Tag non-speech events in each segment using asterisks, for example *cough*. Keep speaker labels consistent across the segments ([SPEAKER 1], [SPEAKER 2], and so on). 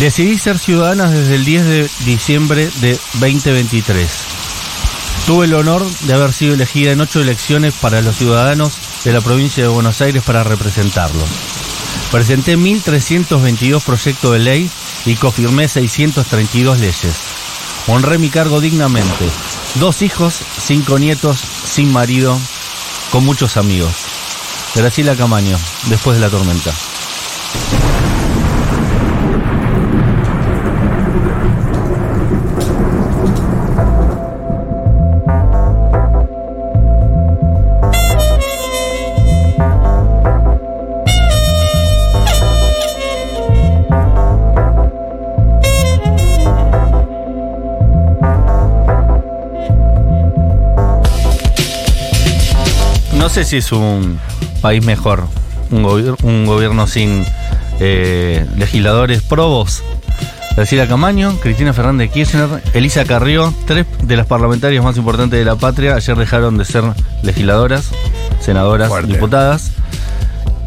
[SPEAKER 1] Decidí ser ciudadana desde el 10 de diciembre de 2023. Tuve el honor de haber sido elegida en ocho elecciones para los ciudadanos de la provincia de Buenos Aires para representarlos. Presenté 1.322 proyectos de ley y cofirmé 632 leyes. Honré mi cargo dignamente. Dos hijos, cinco nietos, sin marido, con muchos amigos. Graciela Camaño, después de la tormenta. No sé si es un país mejor, un, gobier- un gobierno sin eh, legisladores probos. Graciela Camaño, Cristina Fernández de Kirchner, Elisa Carrió, tres de las parlamentarias más importantes de la patria, ayer dejaron de ser legisladoras, senadoras,
[SPEAKER 2] Fuerte.
[SPEAKER 1] diputadas.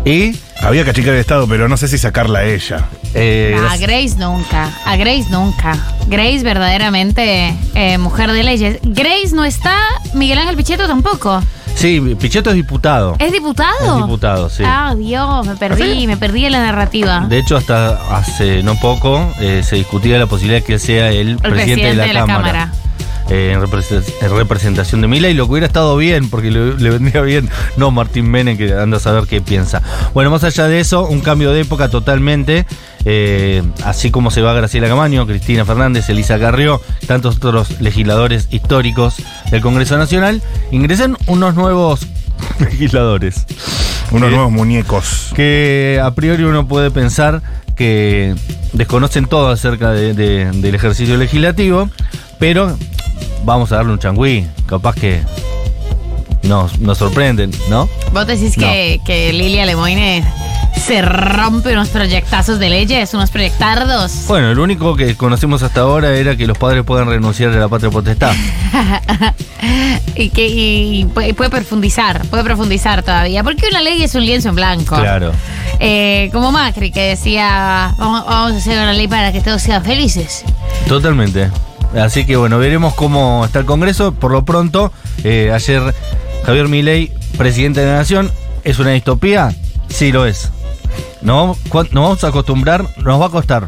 [SPEAKER 1] Y
[SPEAKER 2] Había que achicar el Estado, pero no sé si sacarla a ella.
[SPEAKER 1] eh,
[SPEAKER 3] No, a Grace nunca, a Grace nunca. Grace verdaderamente eh, mujer de leyes. Grace no está, Miguel Ángel Pichetto tampoco.
[SPEAKER 1] sí, Pichetto es diputado.
[SPEAKER 3] ¿Es diputado?
[SPEAKER 1] Es diputado, sí.
[SPEAKER 3] Ah, Dios, me perdí, me perdí en la narrativa.
[SPEAKER 1] De hecho, hasta hace no poco eh, se discutía la posibilidad que él sea el,
[SPEAKER 3] El
[SPEAKER 1] presidente, de la, Cámara. Eh, en, represen- en representación de Mila y lo que hubiera estado bien, porque le, le vendría bien, no Martín Menem, que anda a saber qué piensa. Bueno, más allá de eso, un cambio de época totalmente, eh, así como se va Graciela Camaño, Cristina Fernández, Elisa Carrió, tantos otros legisladores históricos del Congreso Nacional, ingresan unos nuevos *laughs* legisladores
[SPEAKER 2] Unos
[SPEAKER 1] Eh.
[SPEAKER 2] nuevos muñecos.
[SPEAKER 1] que a priori uno puede pensar que desconocen todo acerca de- de- del ejercicio legislativo, pero vamos a darle un changüí, capaz que nos, nos sorprenden, ¿no?
[SPEAKER 3] ¿Vos decís que, que Lilia Lemoine se rompe unos proyectazos de leyes, unos proyectardos?
[SPEAKER 1] Bueno, el único que conocimos hasta ahora era que los padres pueden renunciar a la patria potestad.
[SPEAKER 3] Y que y- y puede, puede profundizar, puede profundizar todavía. Porque una ley es un lienzo en blanco.
[SPEAKER 1] Claro.
[SPEAKER 3] Eh, como Macri, que decía, vamos, vamos a hacer una ley para que todos sean felices.
[SPEAKER 1] Totalmente. Así que bueno, veremos cómo está el Congreso. Por lo pronto, eh, ayer Javier Milei, presidente de la Nación, ¿es una distopía? Sí, lo es. Nos vamos, cuan- nos vamos a acostumbrar, nos va a costar.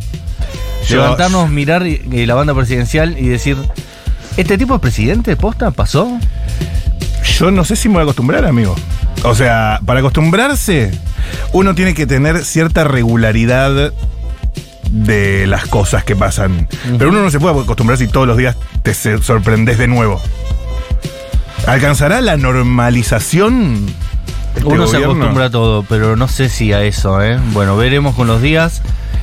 [SPEAKER 2] Yo-
[SPEAKER 1] Levantarnos, mirar y- y la banda presidencial y decir, ¿este tipo es presidente? ¿Posta? ¿Pasó?
[SPEAKER 2] Yo no sé si me voy a acostumbrar, amigo. O sea, para acostumbrarse, uno tiene que tener cierta regularidad de las cosas que pasan. Pero uno no se puede acostumbrar si todos los días te se- sorprendes de nuevo. ¿Alcanzará la normalización? este
[SPEAKER 1] Uno se
[SPEAKER 2] gobierno?
[SPEAKER 1] acostumbra a todo, pero no sé si a eso, ¿eh? Bueno, veremos con los días.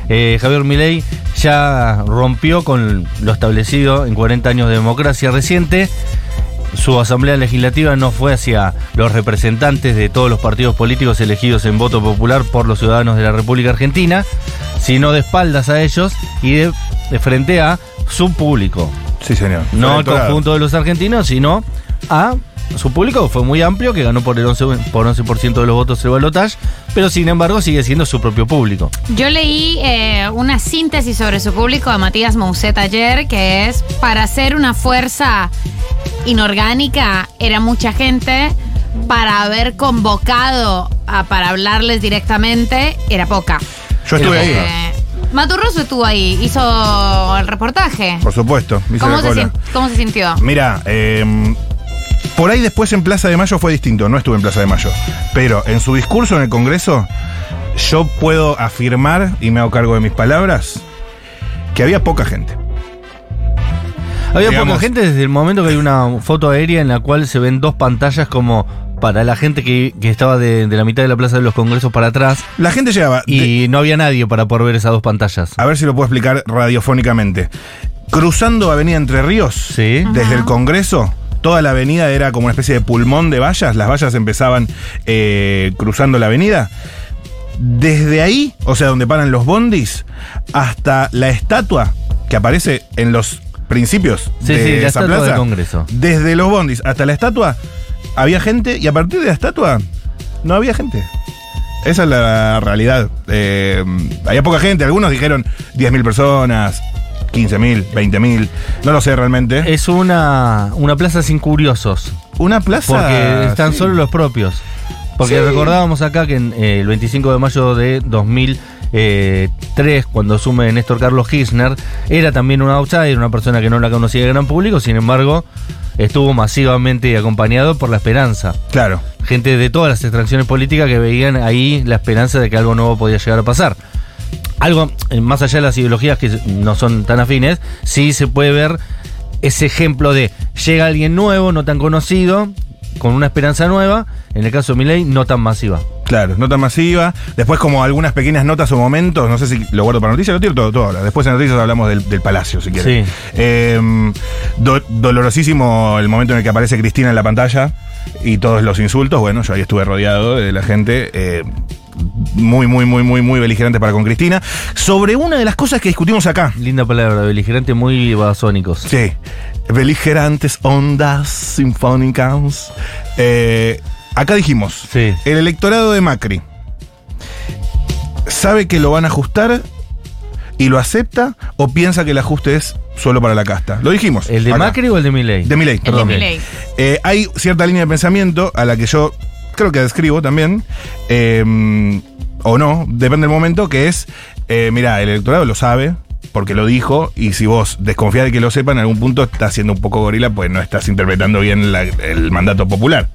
[SPEAKER 1] Eh, Javier Milei ya rompió con lo establecido en 40 años de democracia reciente. Su asamblea legislativa no fue hacia los representantes de todos los partidos políticos elegidos en voto popular por los ciudadanos de la República Argentina, sino de espaldas a ellos y de, de frente a su público.
[SPEAKER 2] Sí, señor.
[SPEAKER 1] No al
[SPEAKER 2] Electoral.
[SPEAKER 1] conjunto de los argentinos, sino a su público, que fue muy amplio, que ganó por el 11%, por 11 de los votos el balotaje, pero sin embargo sigue siendo su propio público.
[SPEAKER 3] Yo leí eh, una síntesis sobre su público a Matías Mousset ayer, que es, para ser una fuerza inorgánica, era mucha gente, para haber convocado a- para hablarles directamente, era poca.
[SPEAKER 2] Yo estuve ahí,
[SPEAKER 3] Eh, Maturroso estuvo ahí, hizo el reportaje.
[SPEAKER 2] por supuesto. me hice
[SPEAKER 3] ¿Cómo
[SPEAKER 2] la
[SPEAKER 3] se,
[SPEAKER 2] cola.
[SPEAKER 3] sien- cómo se sintió?
[SPEAKER 2] Mira, eh, por ahí después en Plaza de Mayo fue distinto, no estuve en Plaza de Mayo. Pero en su discurso en el Congreso, yo puedo afirmar, y me hago cargo de mis palabras, que había poca gente.
[SPEAKER 1] Había
[SPEAKER 2] Digamos-
[SPEAKER 1] poca gente desde el momento que hay una foto aérea en la cual se ven dos pantallas como para la gente que, que estaba de, de la mitad de la plaza de los congresos para atrás
[SPEAKER 2] La gente llegaba. de-
[SPEAKER 1] y no había nadie para poder ver esas dos pantallas.
[SPEAKER 2] a ver si lo puedo explicar radiofónicamente. Cruzando Avenida Entre Ríos,
[SPEAKER 1] Sí.
[SPEAKER 2] desde el Congreso. Toda la avenida era como una especie de pulmón de vallas. Las vallas empezaban eh, cruzando la avenida. Desde ahí, o sea, donde paran los bondis, hasta la estatua que aparece en los principios
[SPEAKER 1] Sí,
[SPEAKER 2] de
[SPEAKER 1] sí, la
[SPEAKER 2] esa
[SPEAKER 1] estatua
[SPEAKER 2] plaza.
[SPEAKER 1] del Congreso.
[SPEAKER 2] Desde los bondis hasta la estatua había gente y a partir de la estatua no había gente. Esa es la realidad. Eh, había poca gente, algunos dijeron 10.000 personas, 15.000, 20.000, no lo sé realmente.
[SPEAKER 1] Es una, una plaza sin curiosos,
[SPEAKER 2] Una plaza.
[SPEAKER 1] porque están
[SPEAKER 2] sí.
[SPEAKER 1] solo los propios. Porque
[SPEAKER 2] Sí.
[SPEAKER 1] recordábamos acá que en, eh, el 25 de mayo de 2003, cuando asume Néstor Carlos Kirchner, era también un outsider, una persona que no la conocía el gran público, sin embargo, estuvo masivamente acompañado por la esperanza.
[SPEAKER 2] Claro.
[SPEAKER 1] gente de todas las extracciones políticas que veían ahí la esperanza de que algo nuevo podía llegar a pasar. Algo, eh, más allá de las ideologías que no son tan afines, sí se puede ver ese ejemplo de llega alguien nuevo, no tan conocido, con una esperanza nueva, en el caso de Milei, no tan masiva.
[SPEAKER 2] Claro, nota masiva. Después, como algunas pequeñas notas o momentos, no sé si lo guardo para noticias, lo tiro todo, todo ahora. Después en noticias hablamos del, del palacio, si quieres.
[SPEAKER 1] Sí.
[SPEAKER 2] Eh, do- dolorosísimo el momento en el que aparece Cristina en la pantalla y todos los insultos. Bueno, yo ahí estuve rodeado de la gente. eh, muy, muy, muy, muy, muy beligerante para con Cristina. Sobre una de las cosas que discutimos acá.
[SPEAKER 1] Linda palabra, beligerante, muy basónicos.
[SPEAKER 2] Sí. Beligerantes ondas sinfónicas. Eh, acá dijimos.
[SPEAKER 1] Sí.
[SPEAKER 2] El electorado de Macri sabe que lo van a ajustar y lo acepta o piensa que el ajuste es solo para la casta. Lo dijimos.
[SPEAKER 1] ¿El de
[SPEAKER 2] acá.
[SPEAKER 1] Macri o el de Milei?
[SPEAKER 2] De Milei,
[SPEAKER 3] El
[SPEAKER 2] perdón.
[SPEAKER 3] de Milei.
[SPEAKER 2] Eh, hay cierta línea de pensamiento a la que yo creo que describo también, eh, o no, depende del momento, que es, eh, mira, el electorado lo sabe. Porque lo dijo, y si vos desconfías de que lo sepa, en algún punto estás siendo un poco gorila, pues no estás interpretando bien la- el mandato popular.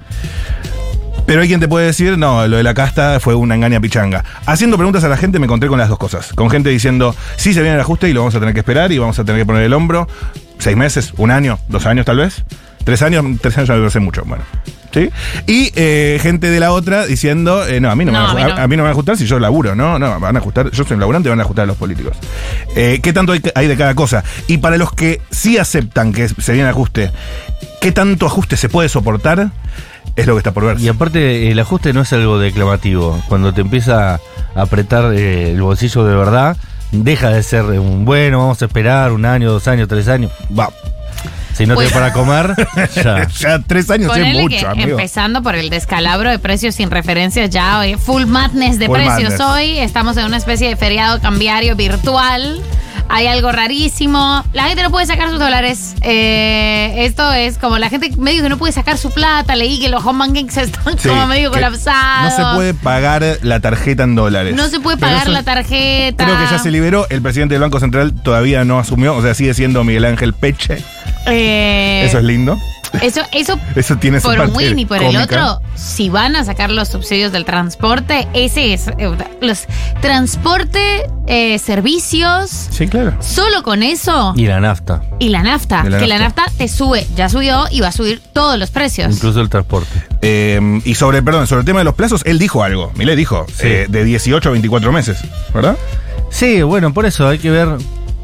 [SPEAKER 2] Pero hay quien te puede decir, no, lo de la casta fue una engaña pichanga. Haciendo preguntas a la gente me encontré con las dos cosas. Con gente diciendo, sí se viene el ajuste y lo vamos a tener que esperar y vamos a tener que poner el hombro. Seis meses, un año, dos años tal vez. Tres años, tres años ya me parece mucho. Bueno. ¿Sí? Y eh, gente de la otra diciendo, eh, no, a mí no,
[SPEAKER 3] No,
[SPEAKER 2] me, van a,
[SPEAKER 3] a mí no.
[SPEAKER 2] a- a mí no me van a ajustar si yo laburo, no, no, van a ajustar, yo soy un laburante, van a ajustar a los políticos. Eh, ¿Qué tanto hay, hay de cada cosa? Y para los que sí aceptan que se viene el ajuste, ¿qué tanto ajuste se puede soportar? Es lo que está por ver.
[SPEAKER 1] Y aparte, el ajuste no es algo declamativo. Cuando te empieza a apretar eh, el bolsillo de verdad, deja de ser un bueno, vamos a esperar un año, dos años, tres años.
[SPEAKER 2] Va.
[SPEAKER 1] Si no
[SPEAKER 3] Pues-
[SPEAKER 1] te para comer, ya.
[SPEAKER 2] Ya tres años es
[SPEAKER 3] Ponele
[SPEAKER 2] mucho,
[SPEAKER 3] que
[SPEAKER 2] amigo.
[SPEAKER 3] empezando por el descalabro de precios sin referencias ya hoy, full madness de
[SPEAKER 2] Full
[SPEAKER 3] precios
[SPEAKER 2] madness.
[SPEAKER 3] hoy, estamos en una especie de feriado cambiario virtual, hay algo rarísimo, la gente no puede sacar sus dólares, Eh, esto es como la gente medio que no puede sacar su plata, leí que los home banking *laughs* se están
[SPEAKER 2] Sí,
[SPEAKER 3] como medio
[SPEAKER 2] que
[SPEAKER 3] colapsados.
[SPEAKER 2] No se puede pagar la tarjeta en dólares.
[SPEAKER 3] No se puede
[SPEAKER 2] Pero
[SPEAKER 3] pagar
[SPEAKER 2] eso
[SPEAKER 3] la tarjeta.
[SPEAKER 2] Creo que ya se liberó. El presidente del Banco Central todavía no asumió. O sea, sigue siendo Miguel Ángel Peche.
[SPEAKER 3] Eh,
[SPEAKER 2] Eso es lindo.
[SPEAKER 3] eso, eso
[SPEAKER 2] Eso tiene su
[SPEAKER 3] por un
[SPEAKER 2] parte
[SPEAKER 3] win y por el
[SPEAKER 2] cómica.
[SPEAKER 3] otro, si van a sacar los subsidios del transporte, ese es. eh, Los transporte, eh, servicios,
[SPEAKER 2] Sí, claro.
[SPEAKER 3] solo con eso.
[SPEAKER 1] Y la nafta,
[SPEAKER 3] Y la nafta,
[SPEAKER 2] Y la
[SPEAKER 3] que la
[SPEAKER 2] nafta.
[SPEAKER 3] nafta te sube, ya subió y va a subir todos los precios.
[SPEAKER 1] incluso el transporte.
[SPEAKER 2] Eh, y sobre, perdón, sobre el tema de los plazos, él dijo algo. Milei dijo,
[SPEAKER 1] Sí.
[SPEAKER 2] eh, de 18 a 24 meses, ¿verdad?
[SPEAKER 1] Sí, bueno, por eso hay que ver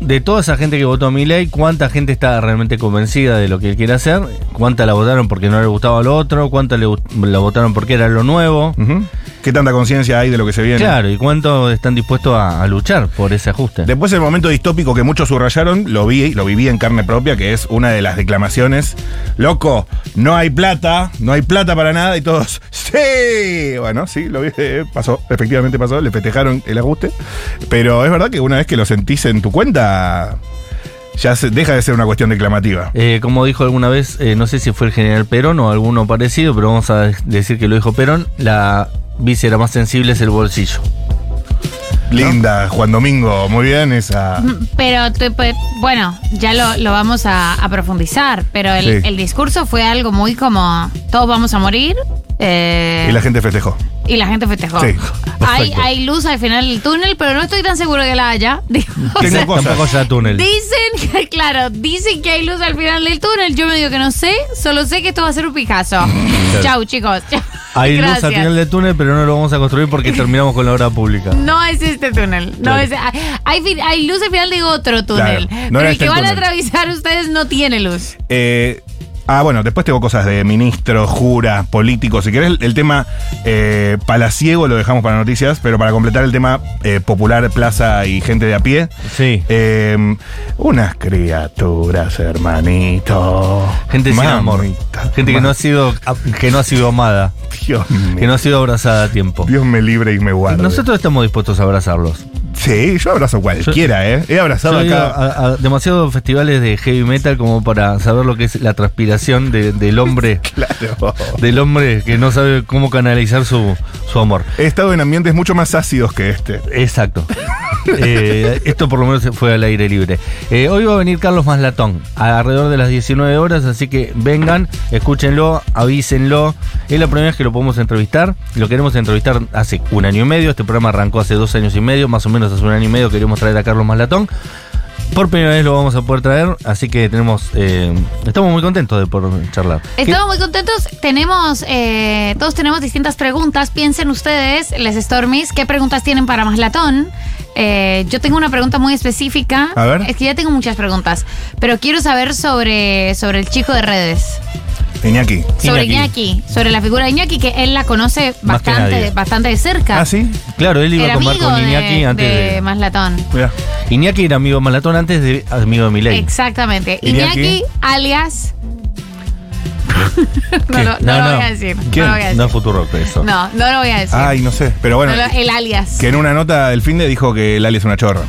[SPEAKER 1] de toda esa gente que votó a Milei, cuánta gente está realmente convencida de lo que él quiere hacer, cuánta la votaron porque no le gustaba lo otro, cuánta le gust- la votaron porque era lo nuevo.
[SPEAKER 2] Ujú. ¿Qué tanta conciencia hay de lo que se viene?
[SPEAKER 1] Claro, y cuánto están dispuestos a, a luchar por ese ajuste.
[SPEAKER 2] Después el momento distópico que muchos subrayaron, lo vi, lo viví en carne propia, que es una de las declamaciones. Loco, no hay plata, no hay plata para nada, y todos, *laughs* ¡sí! Bueno, sí, lo vi, eh, pasó, efectivamente pasó, le festejaron el ajuste. Pero es verdad que una vez que lo sentís en tu cuenta, ya se- deja de ser una cuestión declamativa.
[SPEAKER 1] Eh, como dijo alguna vez, eh, no sé si fue el general Perón o alguno parecido, pero vamos a decir que lo dijo Perón, la víscera más sensible es el bolsillo.
[SPEAKER 2] Linda, Juan Domingo, muy bien esa.
[SPEAKER 3] Mm. Pero tú, pues, bueno, ya lo, lo vamos a, a profundizar, pero el,
[SPEAKER 2] Sí.
[SPEAKER 3] el discurso fue algo muy como, todos vamos a morir. eh,
[SPEAKER 2] Y la gente festejó.
[SPEAKER 3] Y la gente festejó.
[SPEAKER 2] Sí,
[SPEAKER 3] hay,
[SPEAKER 2] perfecto.
[SPEAKER 3] hay luz al final del túnel, pero no estoy tan seguro que la haya. *laughs* Digo, o
[SPEAKER 2] Tengo
[SPEAKER 3] sea,
[SPEAKER 2] cosas.
[SPEAKER 1] Tampoco sea túnel.
[SPEAKER 3] dicen que, claro, dicen que hay luz al final del túnel. Yo me digo que no sé, solo sé que esto va a ser un Picasso. Chau, chicos.
[SPEAKER 1] Hay
[SPEAKER 3] Gracias.
[SPEAKER 1] luz al final del túnel, pero no lo vamos a construir porque terminamos con la obra pública.
[SPEAKER 3] No es este túnel. No
[SPEAKER 1] Claro.
[SPEAKER 3] es, hay, fin- hay luz al final de otro túnel.
[SPEAKER 2] Claro, no
[SPEAKER 3] pero
[SPEAKER 2] era
[SPEAKER 3] el
[SPEAKER 2] este
[SPEAKER 3] que
[SPEAKER 2] el
[SPEAKER 3] van a
[SPEAKER 2] túnel.
[SPEAKER 3] atravesar ustedes no tiene luz.
[SPEAKER 2] Eh, Ah, bueno, después tengo cosas de ministros, juras, políticos. Si querés, el, el tema eh, palaciego lo dejamos para noticias, pero para completar el tema eh, popular, plaza y gente de a pie.
[SPEAKER 1] Sí.
[SPEAKER 2] eh, unas criaturas, hermanito.
[SPEAKER 1] Gente sin
[SPEAKER 2] Mamita,
[SPEAKER 1] amor. Gente que
[SPEAKER 2] ma-
[SPEAKER 1] no ha sido que no ha sido amada,
[SPEAKER 2] Dios
[SPEAKER 1] *laughs* que
[SPEAKER 2] mío.
[SPEAKER 1] no ha sido abrazada a tiempo.
[SPEAKER 2] Dios me libre y me guarde.
[SPEAKER 1] Nosotros estamos dispuestos a abrazarlos.
[SPEAKER 2] Sí, yo abrazo a cualquiera, ¿eh? He abrazado
[SPEAKER 1] Yo he ido
[SPEAKER 2] acá.
[SPEAKER 1] a, a demasiados festivales de heavy metal como para saber lo que es la transpiración de- del hombre,
[SPEAKER 2] Claro.
[SPEAKER 1] del hombre que no sabe cómo canalizar su, su amor.
[SPEAKER 2] He estado en ambientes mucho más ácidos que este.
[SPEAKER 1] Exacto. Eh, esto por lo menos fue al aire libre. Eh, hoy va a venir Carlos Maslatón, alrededor de las 19 horas, así que vengan, escúchenlo, avísenlo. Es la primera vez que lo podemos entrevistar. Lo queremos entrevistar hace un año y medio. Este programa arrancó hace dos años y medio, más o menos hace un año y medio queríamos traer a Carlos Maslatón. Por primera vez lo vamos a poder traer, así que tenemos, eh, estamos muy contentos de poder charlar.
[SPEAKER 3] Estamos muy contentos. Tenemos, eh, todos tenemos distintas preguntas. Piensen ustedes, les Stormies, qué preguntas tienen para Maslatón. Eh, yo tengo una pregunta muy específica.
[SPEAKER 2] A ver.
[SPEAKER 3] Es que ya tengo muchas preguntas, pero quiero saber sobre, sobre el chico de redes,
[SPEAKER 2] Iñaki.
[SPEAKER 3] sobre
[SPEAKER 1] Iñaki.
[SPEAKER 3] Iñaki, sobre la figura de Iñaki, que él la conoce
[SPEAKER 1] Más que nadie.
[SPEAKER 3] bastante, bastante de cerca.
[SPEAKER 2] ¿Ah, sí?
[SPEAKER 1] Que- claro, él iba
[SPEAKER 3] Era
[SPEAKER 1] a tomar
[SPEAKER 3] amigo
[SPEAKER 1] con Iñaki
[SPEAKER 3] de,
[SPEAKER 1] antes de...
[SPEAKER 3] de Maslatón.
[SPEAKER 2] Mirá.
[SPEAKER 1] Iñaki era amigo de Maslatón antes de amigo de Milei.
[SPEAKER 3] Exactamente.
[SPEAKER 2] Iñaki.
[SPEAKER 3] Iñaki, alias. *laughs* no, lo- no,
[SPEAKER 1] No,
[SPEAKER 3] lo
[SPEAKER 1] no.
[SPEAKER 3] voy a decir.
[SPEAKER 2] ¿Quién?
[SPEAKER 3] No lo voy a decir.
[SPEAKER 1] No es Futurock eso.
[SPEAKER 3] No, no lo voy a decir.
[SPEAKER 2] Ay, no sé. Pero bueno,
[SPEAKER 3] No lo- el alias.
[SPEAKER 2] que en una nota del fin de dijo que Lali es una chorra.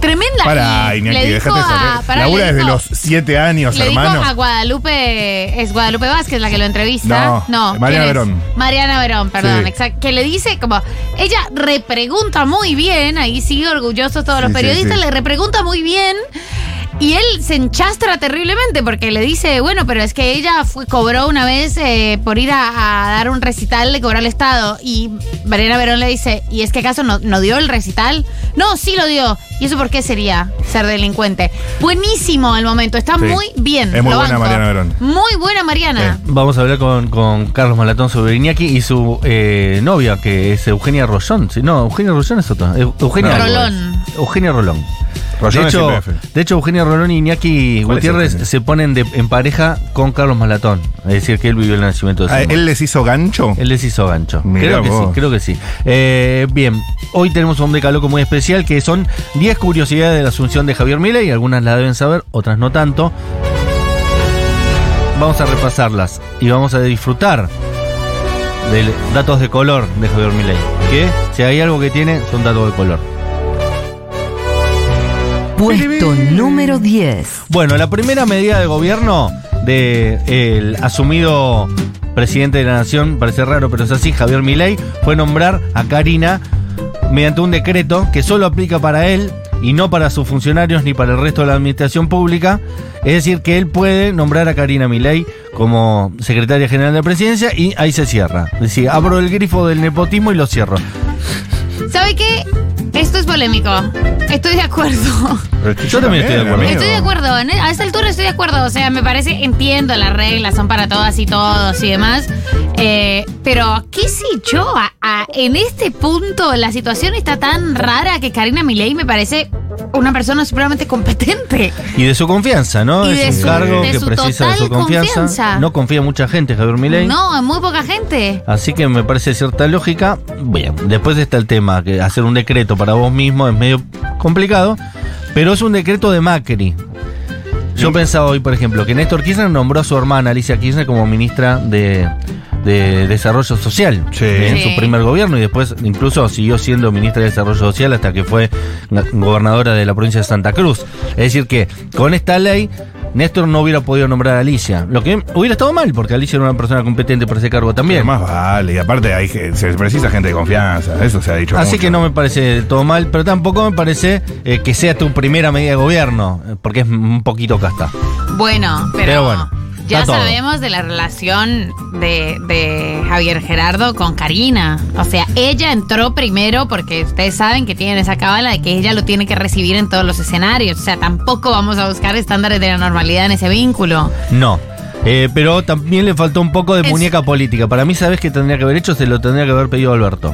[SPEAKER 3] Tremenda.
[SPEAKER 2] Para,
[SPEAKER 3] y
[SPEAKER 2] Iñaki,
[SPEAKER 3] le dijo
[SPEAKER 2] déjate
[SPEAKER 3] a,
[SPEAKER 2] joder.
[SPEAKER 3] pará,
[SPEAKER 2] Labura
[SPEAKER 3] le
[SPEAKER 2] desde
[SPEAKER 3] dijo-
[SPEAKER 2] los 7 años,
[SPEAKER 3] le dijo
[SPEAKER 2] hermano.
[SPEAKER 3] a Guadalupe, es Guadalupe Vázquez la que lo
[SPEAKER 2] No,
[SPEAKER 3] entrevista. No,
[SPEAKER 2] Mariana
[SPEAKER 3] ¿quién es?
[SPEAKER 2] Verón.
[SPEAKER 3] Mariana Verón, perdón,
[SPEAKER 2] Sí.
[SPEAKER 3] exacto. Que le dice como, ella repregunta muy bien, ahí sigue orgullosos todos los
[SPEAKER 2] Sí, sí,
[SPEAKER 3] periodistas,
[SPEAKER 2] sí.
[SPEAKER 3] le repregunta muy bien. Y él se enchastra terriblemente porque le dice, bueno, pero es que ella fue, cobró una vez eh, por ir a, a dar un recital, le cobró al Estado. Y Mariana Verón le dice, ¿y es que acaso no, no dio el recital? No, sí lo dio. ¿Y eso por qué sería ser delincuente? Buenísimo el momento, está
[SPEAKER 2] Sí.
[SPEAKER 3] muy bien.
[SPEAKER 2] Es muy
[SPEAKER 3] lo
[SPEAKER 2] buena
[SPEAKER 3] banco.
[SPEAKER 2] Mariana Verón.
[SPEAKER 3] Muy buena Mariana.
[SPEAKER 1] Vamos a hablar con, con Carlos Malatón sobre Iñaki y su eh, novia, que es Eugenia Rollón. Sí, No, Eugenia Rollón es otra. Eu- Eugenia
[SPEAKER 2] No.
[SPEAKER 1] algo
[SPEAKER 3] Rolón.
[SPEAKER 1] es. Eugenia Rolón.
[SPEAKER 2] Rollón
[SPEAKER 1] de,
[SPEAKER 2] es
[SPEAKER 1] hecho,
[SPEAKER 2] IPF.
[SPEAKER 1] de hecho, Eugenia Rolón y Iñaki
[SPEAKER 2] ¿Cuál es
[SPEAKER 1] Gutiérrez
[SPEAKER 2] Eugenia?
[SPEAKER 1] se ponen de- en pareja con Carlos Malatón. Es decir, que él vivió el nacimiento de su
[SPEAKER 2] Ah,
[SPEAKER 1] madre.
[SPEAKER 2] ¿Él les hizo gancho?
[SPEAKER 1] Él les hizo gancho.
[SPEAKER 2] Mirá
[SPEAKER 1] creo que
[SPEAKER 2] vos.
[SPEAKER 1] sí, creo que sí. Eh, bien, hoy tenemos un decaloco muy especial que son 10 curiosidades de la asunción de Javier Milei. Algunas la deben saber, otras no tanto. Vamos a repasarlas y vamos a disfrutar de datos de color de Javier Milei. Que si hay algo que tiene, son datos de color.
[SPEAKER 4] Puesto número 10.
[SPEAKER 1] Bueno, la primera medida de gobierno del asumido presidente de la nación, parece raro, pero es así, Javier Milei, fue nombrar a Karina mediante un decreto que solo aplica para él y no para sus funcionarios ni para el resto de la administración pública. Es decir, que él puede nombrar a Karina Milei como secretaria general de la presidencia y ahí se cierra. Es decir, abro el grifo del nepotismo y lo cierro.
[SPEAKER 3] ¿Sabe qué? Esto es polémico. Estoy de acuerdo.
[SPEAKER 1] Yo también estoy de acuerdo.
[SPEAKER 2] amigo.
[SPEAKER 3] Estoy de acuerdo, en- e, a esta altura estoy de acuerdo. O sea, me parece, entiendo las reglas, son para todas y todos y demás. Eh, pero, ¿qué sé yo? A- a- en este punto, la situación está tan rara que Karina Milei me parece una persona supremamente competente.
[SPEAKER 1] Y de su confianza, ¿no?
[SPEAKER 3] Y de
[SPEAKER 1] es un
[SPEAKER 3] su-
[SPEAKER 1] cargo
[SPEAKER 3] de
[SPEAKER 1] que
[SPEAKER 3] su
[SPEAKER 1] precisa de
[SPEAKER 3] total
[SPEAKER 1] su confianza.
[SPEAKER 3] confianza.
[SPEAKER 1] No confía mucha gente, Javier Milei.
[SPEAKER 3] No, es muy poca gente.
[SPEAKER 1] Así que me parece cierta lógica. Bien, después está el tema, que hacer un decreto para vos mismo es medio complicado, pero es un decreto de Macri. Yo pensaba hoy, por ejemplo, que Néstor Kirchner nombró a su hermana Alicia Kirchner como ministra de, de Desarrollo Social
[SPEAKER 2] Sí.
[SPEAKER 1] en
[SPEAKER 3] Sí.
[SPEAKER 1] su primer gobierno y después incluso siguió siendo ministra de Desarrollo Social hasta que fue la- gobernadora de la provincia de Santa Cruz. Es decir que con esta ley Néstor no hubiera podido nombrar a Alicia, lo que hubiera estado mal porque Alicia era una persona competente para ese cargo también.
[SPEAKER 2] Pero Más vale, y aparte hay, que- se precisa gente de confianza, eso se ha dicho.
[SPEAKER 1] Así
[SPEAKER 2] mucho.
[SPEAKER 1] que no me parece del todo mal, pero tampoco me parece eh, que sea tu primera medida de gobierno, eh, porque es un poquito casta.
[SPEAKER 3] Bueno, pero,
[SPEAKER 1] Pero bueno,
[SPEAKER 3] ya
[SPEAKER 1] está todo.
[SPEAKER 3] sabemos de la relación de, de Javier Gerardo con Karina. O sea, ella entró primero porque ustedes saben que tienen esa cábala de que ella lo tiene que recibir en todos los escenarios. O sea, tampoco vamos a buscar estándares de la normalidad en ese vínculo.
[SPEAKER 1] No. Eh, pero también le faltó un poco de
[SPEAKER 3] Es-
[SPEAKER 1] muñeca política. Para mí, ¿sabes qué tendría que haber hecho? Se lo tendría que haber pedido a Alberto.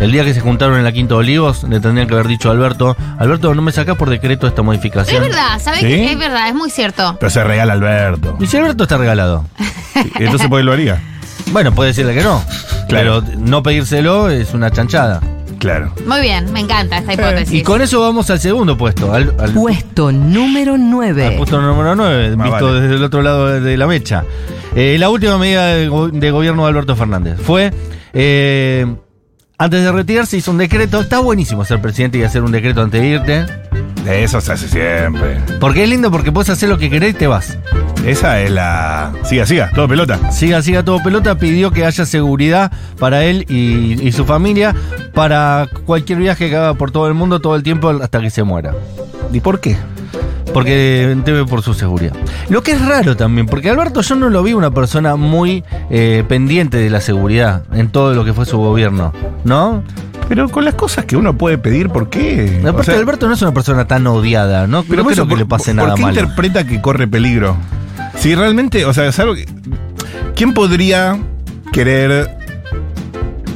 [SPEAKER 1] El día que se juntaron en la Quinta de Olivos, le tendrían que haber dicho a Alberto, Alberto, no me sacás por decreto esta
[SPEAKER 3] Es
[SPEAKER 1] modificación.
[SPEAKER 3] verdad, ¿sabes
[SPEAKER 2] ¿Sí?
[SPEAKER 3] qué? Es verdad, es muy cierto.
[SPEAKER 2] Pero se regala Alberto.
[SPEAKER 1] Y si Alberto está regalado.
[SPEAKER 2] Entonces, ¿por qué lo haría?
[SPEAKER 1] Bueno, puede decirle que no.
[SPEAKER 2] Claro.
[SPEAKER 1] Claro, no pedírselo es una chanchada.
[SPEAKER 2] Claro.
[SPEAKER 3] Muy bien, me encanta esta hipótesis.
[SPEAKER 1] Y con eso vamos al segundo puesto, al, al-
[SPEAKER 4] Puesto número
[SPEAKER 1] al
[SPEAKER 4] 9.
[SPEAKER 1] puesto número 9,
[SPEAKER 2] Más
[SPEAKER 1] visto
[SPEAKER 2] vale.
[SPEAKER 1] desde el otro lado de la mecha. Eh, la última medida de, go- de gobierno de Alberto Fernández fue. eh, antes de retirarse hizo un decreto. Está buenísimo ser presidente y hacer un decreto antes de irte.
[SPEAKER 2] Eso se hace siempre.
[SPEAKER 1] Porque es lindo porque puedes hacer lo que querés y te vas.
[SPEAKER 2] Esa es la. Siga, siga, todo pelota.
[SPEAKER 1] Siga, siga todo pelota. Pidió que haya seguridad para él y, y su familia para cualquier viaje que haga por todo el mundo todo el tiempo hasta que se muera.
[SPEAKER 2] ¿Y por qué?
[SPEAKER 1] Porque teme por su seguridad. Lo que es raro también, porque Alberto yo no lo vi una persona muy eh, pendiente de la seguridad en todo lo que fue su gobierno, ¿no?
[SPEAKER 2] Pero con las cosas que uno puede pedir, ¿por qué?
[SPEAKER 1] Aparte,
[SPEAKER 2] O sea,
[SPEAKER 1] Alberto no es una persona tan odiada, ¿no?
[SPEAKER 2] pero
[SPEAKER 1] no
[SPEAKER 2] por eso,
[SPEAKER 1] creo que
[SPEAKER 2] ¿por-
[SPEAKER 1] le pase
[SPEAKER 2] por-
[SPEAKER 1] nada
[SPEAKER 2] ¿Por qué
[SPEAKER 1] malo.
[SPEAKER 2] interpreta que corre peligro? Si realmente, o sea, es algo que- ¿Quién podría querer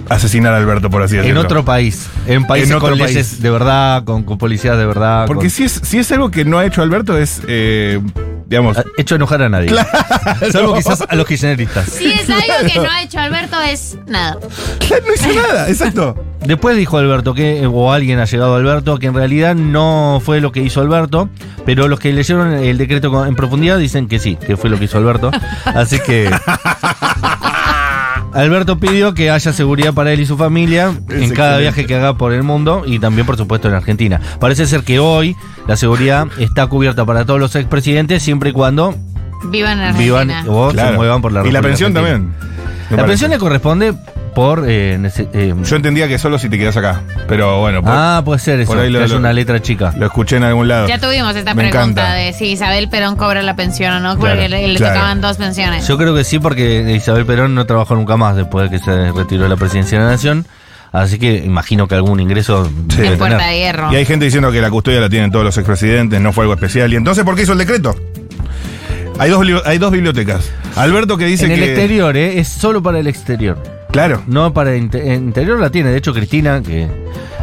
[SPEAKER 2] asesinar a Alberto, por así
[SPEAKER 1] En
[SPEAKER 2] decirlo?
[SPEAKER 1] otro país, en países
[SPEAKER 2] En otro
[SPEAKER 1] con
[SPEAKER 2] país.
[SPEAKER 1] leyes de verdad, con, con policías de verdad.
[SPEAKER 2] Porque
[SPEAKER 1] con-
[SPEAKER 2] si es, si es algo que no ha hecho Alberto, es. eh, digamos.
[SPEAKER 1] Ha Ah, hecho enojar a nadie. Salvo quizás a los kirchneristas.
[SPEAKER 3] Si es algo que no ha hecho Alberto, es nada.
[SPEAKER 2] *laughs* No hizo nada, exacto.
[SPEAKER 1] Después dijo Alberto que, eh, o alguien ha llegado a Alberto, que en realidad no fue lo que hizo Alberto, pero los que leyeron el decreto con- en profundidad dicen que sí, que fue lo que hizo Alberto. Así que. Alberto pidió que haya seguridad para él y su familia en cada
[SPEAKER 2] excelente.
[SPEAKER 1] viaje que haga por el mundo y también, por supuesto, en Argentina. Parece ser que hoy la seguridad está cubierta para todos los expresidentes siempre y cuando
[SPEAKER 3] Vivan en Argentina.
[SPEAKER 1] vivan o se
[SPEAKER 2] Claro.
[SPEAKER 1] muevan por la
[SPEAKER 2] Y la
[SPEAKER 1] República
[SPEAKER 2] pensión
[SPEAKER 1] Argentina.
[SPEAKER 2] también. me
[SPEAKER 1] La
[SPEAKER 2] parece.
[SPEAKER 1] pensión le corresponde por. eh, nece- eh,
[SPEAKER 2] Yo entendía que solo si te quedas acá. Pero bueno, por-
[SPEAKER 1] ah, puede ser eso.
[SPEAKER 2] por ahí
[SPEAKER 1] que
[SPEAKER 2] lo-
[SPEAKER 1] haya
[SPEAKER 2] lo-
[SPEAKER 1] una letra chica.
[SPEAKER 2] lo escuché en algún lado.
[SPEAKER 3] Ya tuvimos esta
[SPEAKER 2] Me
[SPEAKER 3] pregunta
[SPEAKER 2] encanta.
[SPEAKER 3] de si Isabel Perón cobra la pensión o no, porque
[SPEAKER 2] Claro,
[SPEAKER 3] le, le
[SPEAKER 2] claro.
[SPEAKER 3] tocaban dos pensiones.
[SPEAKER 1] Yo creo que sí, porque Isabel Perón no trabajó nunca más después de que se retiró de la presidencia de la nación. Así que imagino que algún ingreso.
[SPEAKER 2] Sí.
[SPEAKER 1] debe
[SPEAKER 3] en Puerta
[SPEAKER 1] tener.
[SPEAKER 3] de Hierro.
[SPEAKER 2] Y hay gente diciendo que la custodia la tienen todos los expresidentes, no fue algo especial. ¿Y entonces por qué hizo el decreto? Hay dos, li- hay dos bibliotecas. Alberto que dice
[SPEAKER 1] en el
[SPEAKER 2] que.
[SPEAKER 1] exterior, ¿eh? Es solo para el exterior.
[SPEAKER 2] Claro.
[SPEAKER 1] No para el inte- el interior la tiene. De hecho, Cristina, que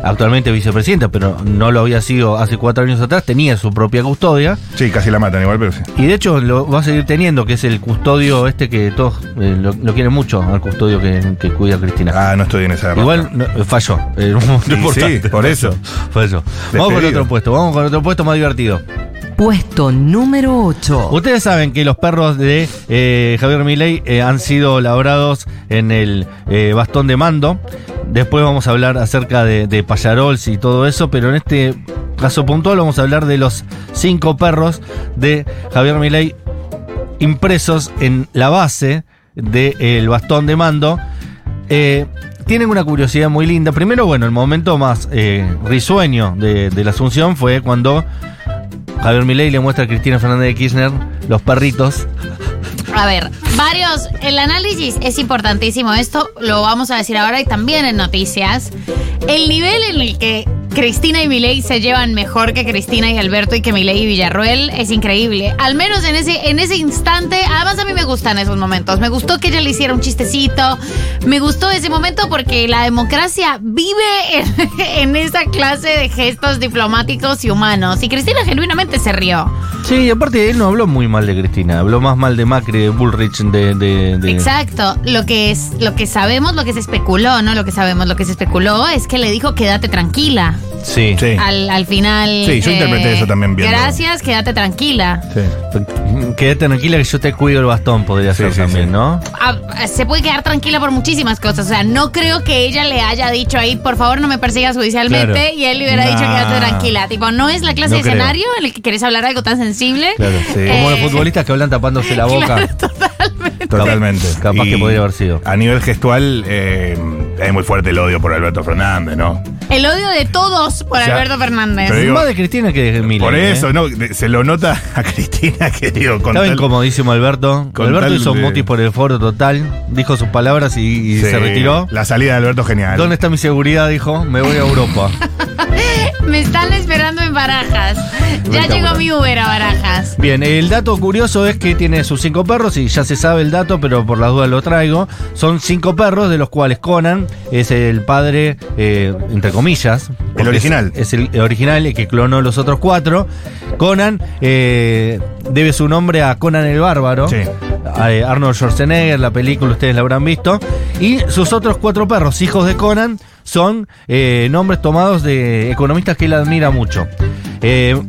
[SPEAKER 1] actualmente es vicepresidenta, pero no lo había sido hace cuatro años atrás, tenía su propia custodia.
[SPEAKER 2] Sí, casi la matan igual, pero sí.
[SPEAKER 1] Y de hecho lo va a seguir teniendo, que es el custodio este que todos eh, lo, lo quieren mucho, al custodio que, que cuida a Cristina.
[SPEAKER 2] Ah, no estoy en esa rama.
[SPEAKER 1] Igual no, falló. eh, un momento
[SPEAKER 2] Y sí,
[SPEAKER 1] importante.
[SPEAKER 2] por eso.
[SPEAKER 1] Falló. Vamos con
[SPEAKER 2] Despedido.
[SPEAKER 1] otro puesto, vamos con otro puesto más divertido.
[SPEAKER 4] Puesto número 8.
[SPEAKER 1] Ustedes saben que los perros de eh, Javier Milei eh, han sido labrados en el eh, bastón de mando. Después vamos a hablar acerca de, de payarols y todo eso, pero en este caso puntual vamos a hablar de los cinco perros de Javier Milei impresos en la base del bastón de mando. Eh, tienen una curiosidad muy linda. Primero, bueno, el momento más eh, risueño de, de la Asunción fue cuando Javier Milei le muestra a Cristina Fernández de Kirchner los perritos.
[SPEAKER 3] A ver, varios. El análisis es importantísimo. Esto lo vamos a decir ahora y también en noticias. El nivel en el que Cristina y Milei se llevan mejor que Cristina y Alberto y que Milei y Villarruel es increíble. Al menos en ese, en ese instante. Además, a mí me gustan esos momentos. Me gustó que ella le hiciera un chistecito. Me gustó ese momento porque la democracia vive en, *laughs* en esa clase de gestos diplomáticos y humanos. Y Cristina genuinamente se rió.
[SPEAKER 1] Sí, y aparte él no habló muy mal de Cristina, habló más mal de Macri, de Bullrich, de... de- de-
[SPEAKER 3] Exacto. Lo que es, lo que sabemos, lo que se especuló, ¿no? Lo que sabemos, lo que se especuló es que le dijo quédate tranquila.
[SPEAKER 1] Sí.
[SPEAKER 2] Sí.
[SPEAKER 3] Al, al final. eh,
[SPEAKER 2] Sí, yo interpreté eso también viendo.
[SPEAKER 3] Gracias, quédate tranquila.
[SPEAKER 2] Sí.
[SPEAKER 1] Quédate tranquila que yo te cuido el bastón, podría
[SPEAKER 2] Sí,
[SPEAKER 1] ser
[SPEAKER 2] sí,
[SPEAKER 1] también,
[SPEAKER 2] sí.
[SPEAKER 1] ¿no?
[SPEAKER 3] Ah, se puede quedar tranquila por muchísimas cosas. O sea, no creo que ella le haya dicho ahí, por favor, no me persigas judicialmente.
[SPEAKER 1] Claro.
[SPEAKER 3] Y él le hubiera
[SPEAKER 2] Nah.
[SPEAKER 3] dicho quédate tranquila. Tipo, no es la clase
[SPEAKER 1] No
[SPEAKER 3] de
[SPEAKER 1] creo.
[SPEAKER 3] escenario en el que querés hablar algo tan sensible. Eh,
[SPEAKER 1] Como los futbolistas que hablan tapándose la boca.
[SPEAKER 2] Totalmente.
[SPEAKER 1] Capaz que podría haber sido.
[SPEAKER 2] A nivel gestual, eh, es muy fuerte el odio por Alberto Fernández, ¿no?
[SPEAKER 3] El odio de todos por
[SPEAKER 2] O sea,
[SPEAKER 3] Alberto Fernández.
[SPEAKER 2] Pero digo,
[SPEAKER 1] Más de Cristina que de Milei.
[SPEAKER 2] Por
[SPEAKER 1] ¿eh?
[SPEAKER 2] eso, no, de- se lo nota a *laughs* Cristina que digo, con
[SPEAKER 1] Estaba
[SPEAKER 2] tal-
[SPEAKER 1] incomodísimo Alberto.
[SPEAKER 2] con
[SPEAKER 1] Alberto
[SPEAKER 2] tal
[SPEAKER 1] hizo
[SPEAKER 2] de-
[SPEAKER 1] mutis por el foro total, dijo sus palabras y, y
[SPEAKER 2] Sí,
[SPEAKER 1] se retiró.
[SPEAKER 2] La salida de Alberto genial.
[SPEAKER 1] ¿Dónde está mi seguridad? Dijo, me voy a Europa.
[SPEAKER 3] Me están esperando en Barajas. Ya
[SPEAKER 2] Espectacular.
[SPEAKER 3] llegó mi Uber a Barajas.
[SPEAKER 1] Bien, el dato curioso es que tiene sus cinco perros, y ya se sabe el dato, pero por las dudas lo traigo. Son cinco perros, de los cuales Conan es el padre, eh, entre comillas. porque
[SPEAKER 2] original.
[SPEAKER 1] Es, es el original, el que clonó los otros cuatro. Conan eh, debe su nombre a Conan el Bárbaro.
[SPEAKER 2] Sí.
[SPEAKER 1] a, eh, Arnold Schwarzenegger, la película ustedes la habrán visto. Y sus otros cuatro perros, hijos de Conan, son eh, nombres tomados de economistas que él admira mucho. Eh,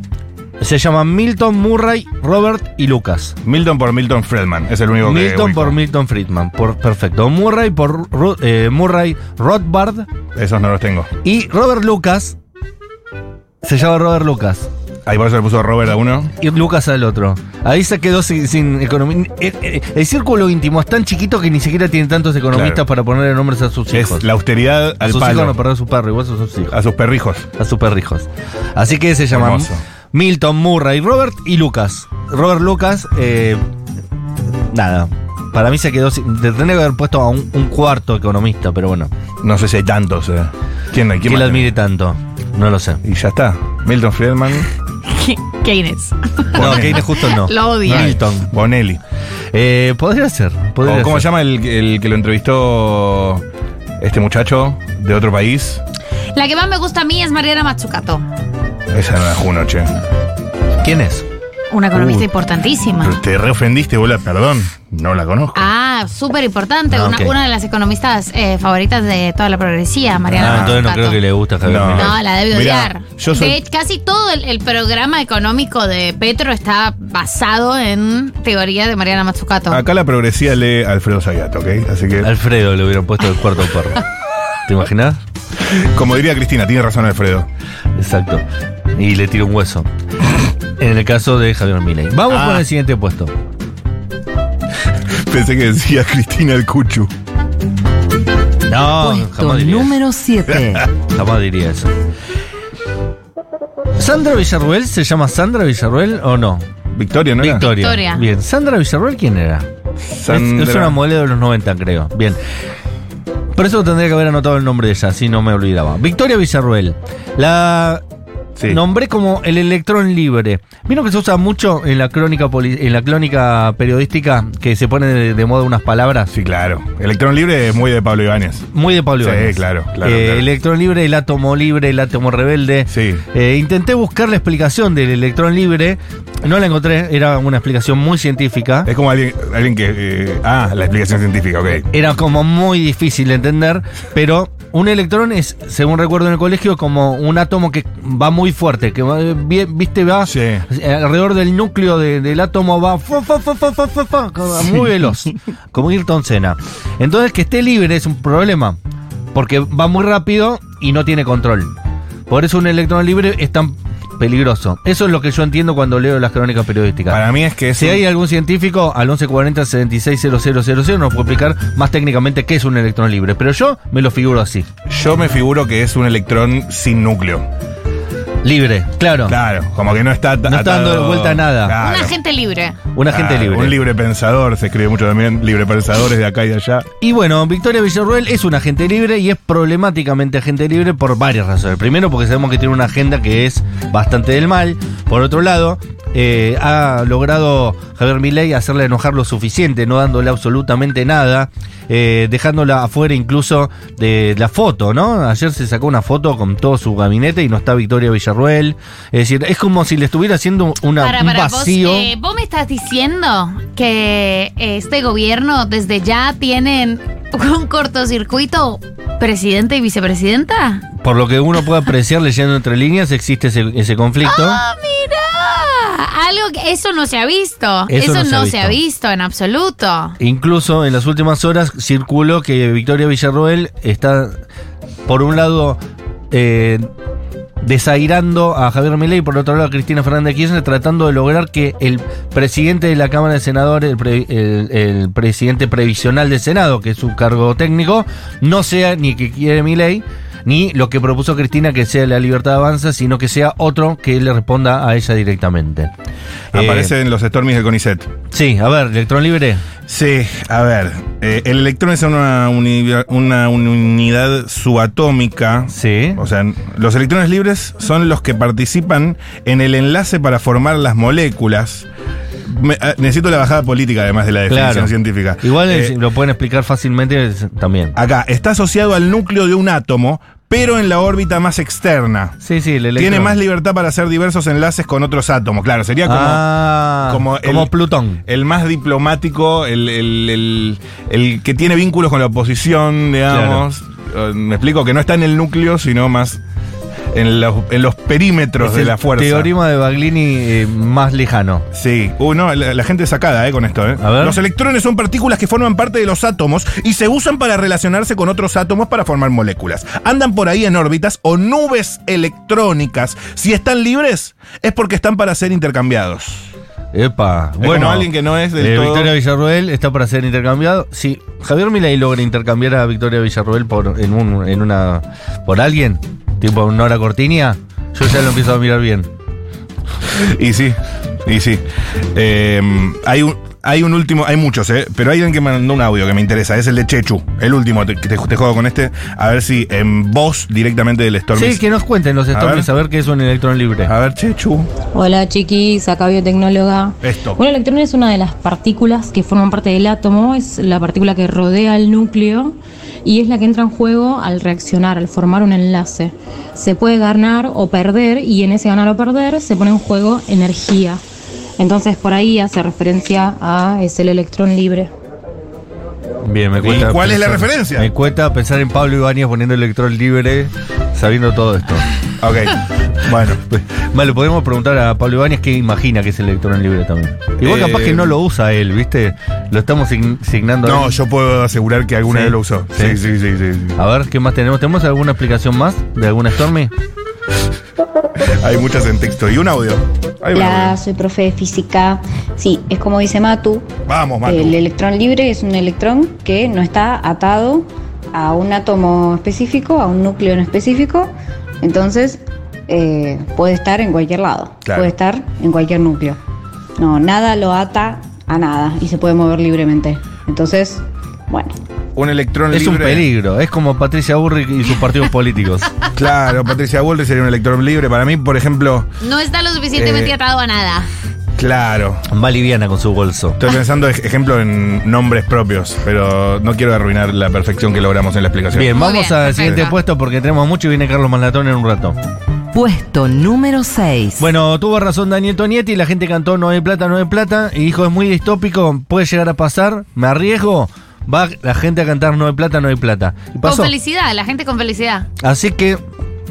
[SPEAKER 1] se llaman Milton, Murray, Robert y Lucas.
[SPEAKER 2] Milton por Milton Friedman. Es el único que.
[SPEAKER 1] Milton
[SPEAKER 2] ubico.
[SPEAKER 1] por Milton Friedman, por, perfecto. Murray por Ru- eh, Murray Rothbard
[SPEAKER 2] Esos no los tengo.
[SPEAKER 1] y Robert Lucas. Se llama Robert Lucas.
[SPEAKER 2] Ahí por eso le puso Robert a uno.
[SPEAKER 1] Y Lucas al otro. Ahí se quedó sin, sin economía. El, el- el círculo íntimo es tan chiquito que ni siquiera tiene tantos economistas
[SPEAKER 2] Claro.
[SPEAKER 1] para ponerle nombres a sus hijos.
[SPEAKER 2] Es la austeridad
[SPEAKER 1] a
[SPEAKER 2] al
[SPEAKER 1] sus
[SPEAKER 2] palo.
[SPEAKER 1] hijos no, perdón, a sus perros, igual son sus hijos.
[SPEAKER 2] a sus perrijos.
[SPEAKER 1] A sus perrijos. Así que se llaman
[SPEAKER 2] Hermoso.
[SPEAKER 1] Milton, Murray, Robert y Lucas. Robert Lucas, eh, nada. Para mí se quedó sin. te Tendría que haber puesto a un, un cuarto economista, pero bueno.
[SPEAKER 2] No sé si hay tantos. eh. ¿Quién, hay? ¿Quién
[SPEAKER 1] ¿Quién
[SPEAKER 2] más
[SPEAKER 1] le
[SPEAKER 2] tiene?
[SPEAKER 1] admire tanto? No lo sé.
[SPEAKER 2] Y ya está. Milton Friedman.
[SPEAKER 3] Keynes.
[SPEAKER 1] No, Keynes justo no.
[SPEAKER 3] Lo odia.
[SPEAKER 1] Milton.
[SPEAKER 2] Bonelli.
[SPEAKER 1] Eh, podría ser. Podría
[SPEAKER 2] O, ¿Cómo
[SPEAKER 1] ser.
[SPEAKER 2] se llama el, el que lo entrevistó este muchacho de otro país?
[SPEAKER 3] La que más me gusta a mí es Mariana Mazzucato.
[SPEAKER 2] Esa no la Juno, che.
[SPEAKER 1] ¿Quién es?
[SPEAKER 3] Una economista
[SPEAKER 2] Uh.
[SPEAKER 3] importantísima.
[SPEAKER 2] Pero te reofendiste, bola, perdón. No la conozco.
[SPEAKER 3] Ah, súper importante.
[SPEAKER 1] Ah,
[SPEAKER 3] una,
[SPEAKER 1] ok.
[SPEAKER 3] una de las economistas eh, favoritas de toda la progresía, Mariana
[SPEAKER 1] Ah, entonces no
[SPEAKER 3] Mazzucato.
[SPEAKER 1] creo que le gusta Javier
[SPEAKER 2] No.
[SPEAKER 1] Milei.
[SPEAKER 3] No, la debe
[SPEAKER 2] Mirá,
[SPEAKER 3] odiar.
[SPEAKER 2] yo soy-
[SPEAKER 3] De hecho, casi todo el, el programa económico de Petro está basado en teoría de Mariana Mazzucato.
[SPEAKER 1] Ah,
[SPEAKER 2] Acá la progresía lee Alfredo Zagato, ¿ok? Así que,
[SPEAKER 1] Alfredo le hubieran puesto el cuarto perro. ¿Te imaginas?
[SPEAKER 2] como diría Cristina, tiene razón Alfredo. *laughs*
[SPEAKER 1] Exacto. Y le tiro un hueso. En el caso de Javier Milei. Vamos
[SPEAKER 2] Ah.
[SPEAKER 1] con el siguiente puesto.
[SPEAKER 2] Pensé que decía *laughs* Cristina el Cuchu.
[SPEAKER 1] No,
[SPEAKER 4] Puesto
[SPEAKER 1] jamás diría,
[SPEAKER 4] número 7.
[SPEAKER 1] *laughs* jamás diría eso. ¿Sandra Villarruel se llama Sandra Villarruel o no?
[SPEAKER 2] Victoria, ¿no era?
[SPEAKER 1] Victoria.
[SPEAKER 3] Victoria.
[SPEAKER 1] Bien, ¿Sandra Villarruel quién era? Es-
[SPEAKER 2] Sandra-
[SPEAKER 1] Es, una modelo de los 90, creo. Bien. Por eso tendría que haber anotado el nombre de ella, si no me olvidaba. Victoria Villarruel. La
[SPEAKER 2] Sí.
[SPEAKER 1] nombré como el electrón libre. Vieron que se usa mucho en la crónica poli- en la crónica periodística que se pone de, de moda unas palabras.
[SPEAKER 2] Sí, claro. Electrón Libre es muy de Pablo Ibáñez.
[SPEAKER 1] Muy de Pablo
[SPEAKER 2] Sí,
[SPEAKER 1] Ibáñez.
[SPEAKER 2] claro, claro,
[SPEAKER 1] Eh,
[SPEAKER 2] claro.
[SPEAKER 1] Electrón libre, el átomo libre, el átomo rebelde.
[SPEAKER 2] Sí.
[SPEAKER 1] Eh, intenté buscar la explicación del electrón libre, no la encontré, era una explicación muy científica.
[SPEAKER 2] Es como alguien, alguien que. eh, ah, la explicación científica, ok.
[SPEAKER 1] Era como muy difícil de entender, pero un electrón es, según recuerdo en el colegio, como un átomo que va muy fuerte, que va, vi- viste, va
[SPEAKER 2] Ah, Sí.
[SPEAKER 1] eh, alrededor del núcleo de- del átomo, va fa, fa, fa, fa, fa, fa, fa, como muy veloz, como Ayrton Senna. Entonces que esté libre es un problema, porque va muy rápido y no tiene control. Por eso un electrón libre es tan peligroso. Eso es lo que yo entiendo cuando leo las crónicas periodísticas.
[SPEAKER 2] Para mí es que es.
[SPEAKER 1] Si
[SPEAKER 2] un-
[SPEAKER 1] hay algún científico al 1140 760000 nos puede explicar más técnicamente qué es un electrón libre, pero yo me lo figuro así.
[SPEAKER 2] Yo me figuro que es un electrón sin núcleo.
[SPEAKER 1] Libre, claro.
[SPEAKER 2] Claro, como que Ah. no está.
[SPEAKER 1] No está dando vuelta a nada.
[SPEAKER 2] Claro.
[SPEAKER 3] Una gente libre.
[SPEAKER 1] Una gente
[SPEAKER 2] Claro,
[SPEAKER 1] libre.
[SPEAKER 2] Un libre pensador, se escribe mucho también. Libre pensadores de acá y de allá.
[SPEAKER 1] Y bueno, Victoria Villarroel es una agente libre y es problemáticamente agente libre por varias razones. Primero, porque sabemos que tiene una agenda que es bastante del mal. Por otro lado, eh, ha logrado Javier Milei hacerla enojar lo suficiente, no dándole absolutamente nada, eh, dejándola afuera incluso de la foto, ¿no? Ayer se sacó una foto con todo su gabinete y no está Victoria Villarroel. Es decir, es como si le estuviera haciendo una,
[SPEAKER 3] para,
[SPEAKER 1] un
[SPEAKER 3] para,
[SPEAKER 1] vacío.
[SPEAKER 3] Vos, eh, vos me estás diciendo que este gobierno desde ya tienen un cortocircuito presidente y vicepresidenta.
[SPEAKER 1] Por lo que uno puede apreciar leyendo entre líneas, existe ese, ese conflicto.
[SPEAKER 3] ¡Ah, mira! Algo que eso no se ha visto.
[SPEAKER 1] Eso
[SPEAKER 3] Eso,
[SPEAKER 1] no se ha
[SPEAKER 3] no se ha visto en absoluto.
[SPEAKER 1] Incluso en las últimas horas circuló que Victoria Villarroel está, por un lado, eh, desairando a Javier Milei, por otro lado a Cristina Fernández de Kirchner, tratando de lograr que el presidente de la Cámara de Senadores, el, pre- el- el presidente previsional del Senado, que es su cargo técnico, no sea ni que quiere Milei, ni lo que propuso Cristina que sea la libertad avanza, sino que sea otro que le responda a ella directamente. Eh,
[SPEAKER 2] Aparece en los Stormies del CONICET.
[SPEAKER 1] sí, a ver, electrón libre.
[SPEAKER 2] Sí, a ver. eh, el electrón es una, uni- una unidad subatómica.
[SPEAKER 1] Sí.
[SPEAKER 2] O sea, los electrones libres son los que participan en el enlace para formar las moléculas. Me- ah, necesito la bajada política, además de la definición
[SPEAKER 1] Claro.
[SPEAKER 2] científica.
[SPEAKER 1] Igual
[SPEAKER 2] Eh, Ah,
[SPEAKER 1] es- lo pueden explicar fácilmente es- también.
[SPEAKER 2] acá, está asociado al núcleo de un átomo, pero en la órbita más externa.
[SPEAKER 1] Sí, sí, el
[SPEAKER 2] Tiene
[SPEAKER 1] electrón.
[SPEAKER 2] más libertad para hacer diversos enlaces con otros átomos. Claro, sería como.
[SPEAKER 1] Ah,
[SPEAKER 2] como
[SPEAKER 1] como,
[SPEAKER 2] el-
[SPEAKER 1] Plutón.
[SPEAKER 2] el más diplomático, el, el- el- el que tiene vínculos con la oposición, digamos. Eh, Me explico, que no está en el núcleo, sino más en los, en los perímetros
[SPEAKER 1] Es
[SPEAKER 2] de
[SPEAKER 1] el
[SPEAKER 2] la fuerza.
[SPEAKER 1] Teorema de Baglini eh, más lejano.
[SPEAKER 2] Sí, uno, la, la gente es sacada eh, con esto. eh.
[SPEAKER 1] A ver.
[SPEAKER 2] Los electrones son partículas que forman parte de los átomos y se usan para relacionarse con otros átomos para formar moléculas. Andan por ahí en órbitas o nubes electrónicas. Si están libres, es porque están para ser intercambiados.
[SPEAKER 1] Epa,
[SPEAKER 2] Es como alguien que no es del
[SPEAKER 1] eh,
[SPEAKER 2] todo-
[SPEAKER 1] Victoria Villarroel está para ser intercambiado. Si Javier Milei logra intercambiar a Victoria Villarroel por en un en una por alguien, tipo una hora cortinia, yo ya lo empiezo a mirar bien.
[SPEAKER 2] Y sí, y sí. Eh, hay un. Hay un último, hay muchos, ¿eh? pero hay alguien que me mandó un audio que me interesa, es el de Chechu, el último, te, te- te juego con este, a ver si en voz directamente del Stormy.
[SPEAKER 1] Sí, que nos cuenten los Stormies a
[SPEAKER 2] ver.
[SPEAKER 1] ver qué es un electrón libre.
[SPEAKER 2] A ver, Chechu,
[SPEAKER 5] Hola chiquis, acá biotecnóloga.
[SPEAKER 2] Esto.
[SPEAKER 5] Un electrón es una de las partículas que forman parte del átomo, es la partícula que rodea el núcleo y es la que entra en juego al reaccionar, al formar un enlace. Se puede ganar o perder y en ese ganar o perder se pone en juego energía. Entonces por ahí hace referencia a es el electrón libre.
[SPEAKER 1] Bien, me
[SPEAKER 2] ¿Y
[SPEAKER 1] cuesta.
[SPEAKER 2] cuál es la referencia?
[SPEAKER 1] Me cuesta pensar en Pablo Ibáñez poniendo electrón libre, sabiendo todo esto. *laughs*
[SPEAKER 2] ok, bueno,
[SPEAKER 1] Vale, podemos preguntar a Pablo Ibáñez qué imagina que es el electrón libre también. Igual
[SPEAKER 2] Eh,
[SPEAKER 1] capaz que no lo usa él, ¿viste? Lo estamos sign- signando. a
[SPEAKER 2] no,
[SPEAKER 1] él.
[SPEAKER 2] yo puedo asegurar que alguna
[SPEAKER 1] Sí.
[SPEAKER 2] vez lo usó. Sí,
[SPEAKER 1] Sí. Ah.
[SPEAKER 2] sí, sí, sí, sí.
[SPEAKER 1] A ver, ¿qué más tenemos? ¿Tenemos alguna explicación más de alguna Stormy?
[SPEAKER 2] Hay muchas en texto y un audio. Hay un
[SPEAKER 6] Hola,
[SPEAKER 2] audio.
[SPEAKER 6] soy profe de física. Sí, es como dice Matu,
[SPEAKER 2] Vamos, Matu.
[SPEAKER 6] el electrón libre es un electrón que no está atado a un átomo específico, a un núcleo en específico, entonces eh, puede estar en cualquier lado,
[SPEAKER 2] Claro.
[SPEAKER 6] puede estar en cualquier núcleo. No, nada lo ata a nada y se puede mover libremente. Entonces, bueno.
[SPEAKER 2] Un electrón
[SPEAKER 1] Es un
[SPEAKER 2] libre.
[SPEAKER 1] peligro, es como Patricia Burri y sus partidos *laughs* políticos.
[SPEAKER 2] Claro, Patricia Bullrich sería un electrón libre. Para mí, por ejemplo,
[SPEAKER 3] No está lo suficientemente
[SPEAKER 2] Eh.
[SPEAKER 3] atado a nada.
[SPEAKER 2] claro.
[SPEAKER 1] Va liviana con su bolso.
[SPEAKER 2] Estoy pensando, ej- ejemplo, en nombres propios, pero no quiero arruinar la perfección que logramos en la explicación.
[SPEAKER 1] Bien,
[SPEAKER 3] Muy
[SPEAKER 1] vamos
[SPEAKER 3] bien,
[SPEAKER 1] al
[SPEAKER 3] perfecto.
[SPEAKER 1] siguiente puesto porque tenemos mucho y viene Carlos Malatón en un rato.
[SPEAKER 4] Puesto número 6.
[SPEAKER 1] Bueno, tuvo razón Daniel Tonietti, la gente cantó No hay plata, no hay plata, y dijo es muy distópico, puede llegar a pasar, me arriesgo, va la gente a cantar No hay plata, no hay plata. Y pasó.
[SPEAKER 3] Con felicidad, la gente con felicidad.
[SPEAKER 1] Así que,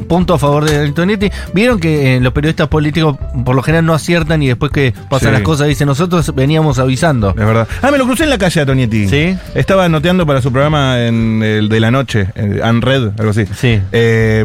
[SPEAKER 1] punto a favor de Daniel Tonietti. Vieron que eh, los periodistas políticos por lo general no aciertan y después que pasan
[SPEAKER 2] Sí.
[SPEAKER 1] las cosas dicen nosotros veníamos avisando.
[SPEAKER 2] Es verdad. Ah, me lo crucé en la calle a Tonietti.
[SPEAKER 1] Sí.
[SPEAKER 2] Estaba anoteando para su programa en el de la noche, en Unred, algo así.
[SPEAKER 1] Sí.
[SPEAKER 2] Eh,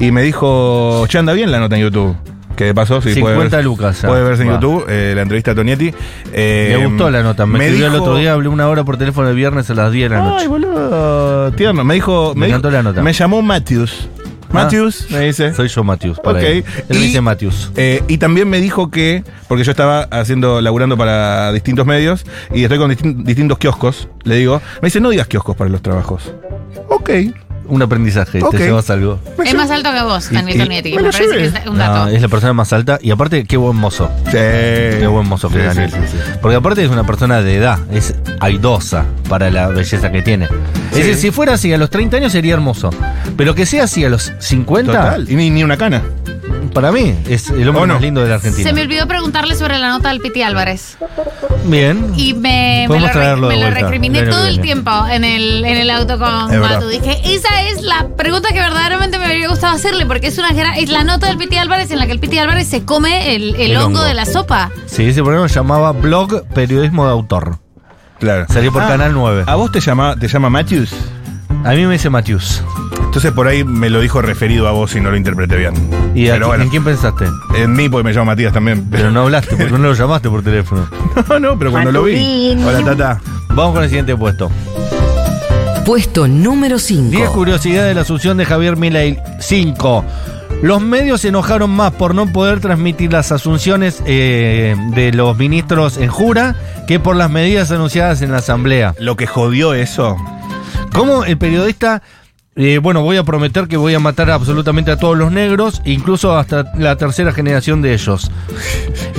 [SPEAKER 2] y me dijo, che, anda bien la nota en YouTube. Que de paso, si
[SPEAKER 1] 50
[SPEAKER 2] puede ver,
[SPEAKER 1] lucas ya.
[SPEAKER 2] Puede verse en
[SPEAKER 1] Va.
[SPEAKER 2] YouTube eh, la entrevista a Tonietti. Eh,
[SPEAKER 1] Me gustó la nota, me, escribió el
[SPEAKER 2] dijo-
[SPEAKER 1] otro día, hablé una hora por teléfono el viernes a las 10 de la noche.
[SPEAKER 2] Ay, boludo, tierno. Me dijo.
[SPEAKER 1] Me encantó
[SPEAKER 2] dijo-
[SPEAKER 1] la nota. Ah.
[SPEAKER 2] Me llamó Matthews. Matthews, me dice.
[SPEAKER 1] Soy yo Matius, para
[SPEAKER 2] Ok.
[SPEAKER 1] él. Él me
[SPEAKER 2] Y-
[SPEAKER 1] dice Matius.
[SPEAKER 2] Eh, y también me dijo que, porque yo estaba haciendo, laburando para distintos medios y estoy con distin- distintos kioscos, le digo, me dice, no digas kioscos para los trabajos. Ok.
[SPEAKER 1] Un aprendizaje,
[SPEAKER 2] Ok.
[SPEAKER 1] te llevas algo.
[SPEAKER 2] Me
[SPEAKER 3] Es
[SPEAKER 2] llevo-
[SPEAKER 3] más alto que vos,
[SPEAKER 2] Y-
[SPEAKER 3] Daniel
[SPEAKER 2] y-
[SPEAKER 3] Tornietti.
[SPEAKER 2] me
[SPEAKER 3] Me,
[SPEAKER 2] lo
[SPEAKER 3] parece
[SPEAKER 2] llevé.
[SPEAKER 3] que es un
[SPEAKER 1] No,
[SPEAKER 3] dato.
[SPEAKER 1] Ah, es la persona más alta y aparte qué buen mozo.
[SPEAKER 2] Sí.
[SPEAKER 1] Qué buen mozo que
[SPEAKER 2] Sí,
[SPEAKER 1] es
[SPEAKER 2] sí,
[SPEAKER 1] Daniel.
[SPEAKER 2] sí, sí.
[SPEAKER 1] Porque aparte es una persona de edad, es aidosa para la belleza que tiene. Es
[SPEAKER 2] Sí.
[SPEAKER 1] decir, si fuera así a los 30 años sería hermoso. Pero que sea así a los 50,
[SPEAKER 2] Total. Y ni, ni una cana.
[SPEAKER 1] para mí es el hombre
[SPEAKER 2] ¿O no?
[SPEAKER 1] más lindo de la Argentina.
[SPEAKER 3] Se me olvidó preguntarle sobre la nota del Piti Álvarez.
[SPEAKER 1] Bien.
[SPEAKER 3] Y me, me
[SPEAKER 1] Podemos
[SPEAKER 3] lo, re-
[SPEAKER 1] traerlo de
[SPEAKER 3] me lo
[SPEAKER 1] vuelta,
[SPEAKER 3] recriminé
[SPEAKER 1] el año
[SPEAKER 3] todo
[SPEAKER 1] que
[SPEAKER 3] el
[SPEAKER 1] viene.
[SPEAKER 3] tiempo en el, en el auto
[SPEAKER 2] Es
[SPEAKER 3] con
[SPEAKER 2] verdad.
[SPEAKER 3] Matu. Dije, esa es la pregunta que verdaderamente me habría gustado hacerle, porque es una gra- es la nota del Piti Álvarez en la que el Piti Álvarez se come el, el
[SPEAKER 1] El
[SPEAKER 3] hongo
[SPEAKER 1] hongo.
[SPEAKER 3] de la sopa.
[SPEAKER 1] Sí, ese programa se llamaba Blog Periodismo de Autor.
[SPEAKER 2] Claro. Ah,
[SPEAKER 1] Salió por Canal 9.
[SPEAKER 2] ¿A vos te llama, te llama Matthews?
[SPEAKER 1] A mí me dice Matius.
[SPEAKER 2] Entonces por ahí me lo dijo referido a vos y no lo interpreté bien.
[SPEAKER 1] ¿Y a
[SPEAKER 2] Pero
[SPEAKER 1] qui-
[SPEAKER 2] bueno,
[SPEAKER 1] en quién pensaste?
[SPEAKER 2] en mí porque me llama Matías también.
[SPEAKER 1] Pero
[SPEAKER 2] *laughs*
[SPEAKER 1] no hablaste, porque no lo llamaste por teléfono.
[SPEAKER 2] no, no, pero cuando lo vi.
[SPEAKER 6] Maturín.
[SPEAKER 2] Hola, Tata.
[SPEAKER 1] Vamos con el siguiente puesto.
[SPEAKER 4] Puesto número
[SPEAKER 1] 10
[SPEAKER 4] 5.
[SPEAKER 1] curiosidades de la asunción de Javier Milei. 5. Los medios se enojaron más por no poder transmitir las asunciones eh, de los ministros en jura que por las medidas anunciadas en la asamblea.
[SPEAKER 2] Lo que jodió eso.
[SPEAKER 1] ¿Cómo el periodista... eh, bueno, voy a prometer que voy a matar absolutamente a todos los negros, incluso hasta la tercera generación de ellos.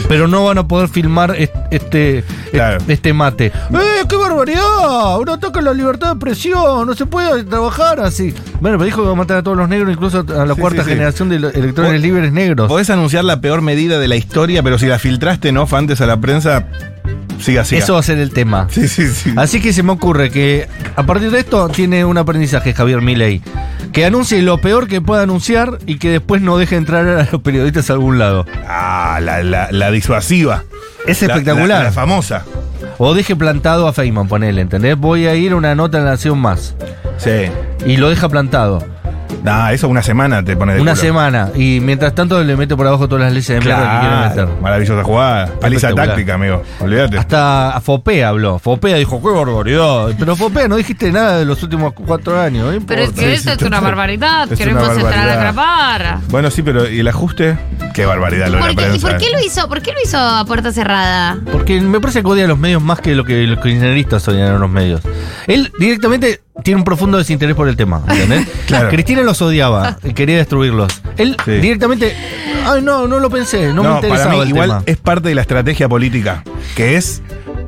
[SPEAKER 1] Pero no van a poder filmar est- este,
[SPEAKER 2] Claro.
[SPEAKER 1] este mate. ¡Eh, qué barbaridad! Uno toca la libertad de expresión, no se puede trabajar así. Bueno, pero dijo que va a matar a todos los negros, incluso a la
[SPEAKER 2] Sí,
[SPEAKER 1] cuarta
[SPEAKER 2] sí, sí.
[SPEAKER 1] generación de lo- electores
[SPEAKER 2] Vos-
[SPEAKER 1] libres negros.
[SPEAKER 2] Podés anunciar la peor medida de la historia, pero si la filtraste, ¿no? Fantes a la prensa, siga, siga.
[SPEAKER 1] Eso va a ser el tema.
[SPEAKER 2] Sí, sí, sí.
[SPEAKER 1] Así que se me ocurre que a partir de esto tiene un aprendizaje Javier Milei. Que anuncie lo peor que pueda anunciar y que después no deje entrar a los periodistas a algún lado.
[SPEAKER 2] Ah, la, la, la disuasiva.
[SPEAKER 1] Es
[SPEAKER 2] La- La,
[SPEAKER 1] espectacular.
[SPEAKER 2] la famosa.
[SPEAKER 1] o deje plantado a Feynman, ponele, ¿entendés? Voy a ir a una nota en la Nación Más.
[SPEAKER 2] Sí.
[SPEAKER 1] Y lo deja plantado.
[SPEAKER 2] Ah, eso una semana te pone de
[SPEAKER 1] una
[SPEAKER 2] culo.
[SPEAKER 1] semana. Y mientras tanto le mete por abajo todas las leyes de mierda que quiere
[SPEAKER 2] Claro,
[SPEAKER 1] meter.
[SPEAKER 2] maravillosa jugada. Paliza
[SPEAKER 1] Espectacular.
[SPEAKER 2] táctica, amigo. Olvídate.
[SPEAKER 1] Hasta Fopea habló. Fopea dijo, qué barbaridad. Pero Fopea no dijiste nada de los últimos cuatro años. no
[SPEAKER 3] Pero es
[SPEAKER 2] Oh,
[SPEAKER 1] importa.
[SPEAKER 3] que esto es una barbaridad.
[SPEAKER 2] Es
[SPEAKER 3] Queremos
[SPEAKER 2] una
[SPEAKER 3] entrar a
[SPEAKER 2] barbaridad.
[SPEAKER 3] grabar.
[SPEAKER 2] Bueno, sí, pero ¿y el ajuste? Qué barbaridad lo de la
[SPEAKER 3] ¿Por qué- ¿Y
[SPEAKER 2] prensa. eh.
[SPEAKER 3] por qué lo hizo? ¿Por qué lo hizo a puerta cerrada?
[SPEAKER 1] Porque me parece que odia a los medios más que lo que los kirchneristas odian a los medios. Él directamente tiene un profundo desinterés por el tema, ¿entendés?
[SPEAKER 2] *laughs* Claro.
[SPEAKER 1] Cristina los odiaba, quería destruirlos. Él
[SPEAKER 2] Sí.
[SPEAKER 1] directamente, ay no, no lo pensé, no, me interesaba
[SPEAKER 2] para mí
[SPEAKER 1] el
[SPEAKER 2] igual
[SPEAKER 1] tema.
[SPEAKER 2] es parte de la estrategia política, que es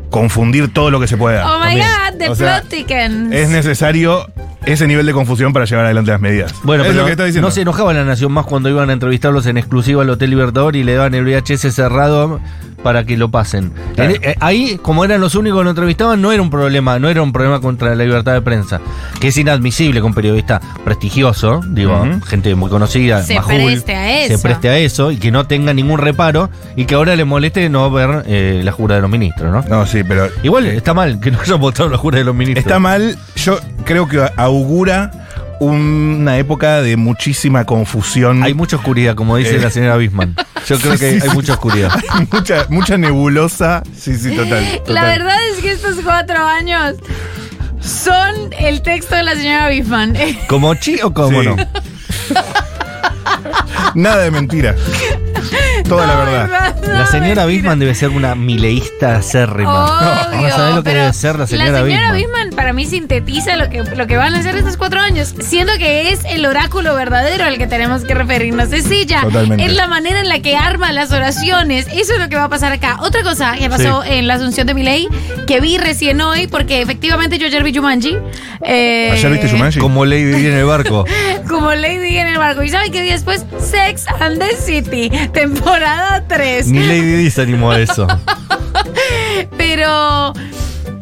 [SPEAKER 2] confundir todo lo que se pueda.
[SPEAKER 3] Oh my
[SPEAKER 1] también.
[SPEAKER 3] god, the
[SPEAKER 2] Ah, O sea,
[SPEAKER 3] plot thickens.
[SPEAKER 2] Es necesario ese nivel de confusión para llevar adelante las medidas.
[SPEAKER 1] Bueno,
[SPEAKER 2] es
[SPEAKER 1] pero
[SPEAKER 2] lo que está diciendo.
[SPEAKER 1] no se enojaba la Nación más cuando iban a entrevistarlos en exclusiva al Hotel Libertador y le daban el VHS cerrado para que lo pasen.
[SPEAKER 2] Claro.
[SPEAKER 1] En- eh, ahí, como eran los únicos que lo entrevistaban, no era un problema, no era un problema contra la libertad de prensa, que es inadmisible que un periodista prestigioso, digo,
[SPEAKER 2] Ujú.
[SPEAKER 1] gente muy conocida,
[SPEAKER 3] Se
[SPEAKER 1] Majul,
[SPEAKER 3] preste a
[SPEAKER 1] se
[SPEAKER 3] eso.
[SPEAKER 1] preste a eso y que no tenga ningún reparo y que ahora le moleste no ver eh, la jura de los ministros, ¿no?
[SPEAKER 2] No, sí, pero
[SPEAKER 1] Igual está mal que no hayan votado la jura de los ministros.
[SPEAKER 2] está mal. Yo creo que augura una época de muchísima confusión. *laughs*
[SPEAKER 1] Hay mucha oscuridad, como dice
[SPEAKER 2] Eh.
[SPEAKER 1] la señora Bisman. Yo creo que hay mucha oscuridad.
[SPEAKER 2] Hay mucha, mucha nebulosa. Sí, sí, total.
[SPEAKER 3] La
[SPEAKER 2] total.
[SPEAKER 3] verdad es que estos cuatro años son el texto de la señora *laughs* Biffman.
[SPEAKER 1] ¿Como chi o como
[SPEAKER 2] Sí.
[SPEAKER 3] *laughs*
[SPEAKER 1] no?
[SPEAKER 2] Nada de mentira. Toda la verdad.
[SPEAKER 1] La señora Bisman debe ser una mileísta acérrima. *laughs*
[SPEAKER 3] Obvio,
[SPEAKER 1] Vamos a ver lo que
[SPEAKER 3] pero
[SPEAKER 1] debe ser la señora Bisman.
[SPEAKER 3] Bisman para mí sintetiza lo que, lo que van a hacer estos cuatro años, siendo que es el oráculo verdadero al que tenemos que referirnos. Es ella,
[SPEAKER 2] Totalmente.
[SPEAKER 3] es la manera en la que arma las oraciones. Eso es lo que va a pasar acá. Otra cosa que pasó en la asunción de Milei, que vi recién hoy, porque efectivamente yo ayer vi Jumanji. eh,
[SPEAKER 2] ¿Ayer viste Shumanji?
[SPEAKER 1] Como Lady Di en el barco.
[SPEAKER 3] *laughs* Como Lady en el barco. ¿Y saben qué vi después? Sex and the City, temporada 3.
[SPEAKER 1] Ni Lady Di se animó a
[SPEAKER 3] *laughs*
[SPEAKER 1] eso.
[SPEAKER 3] Pero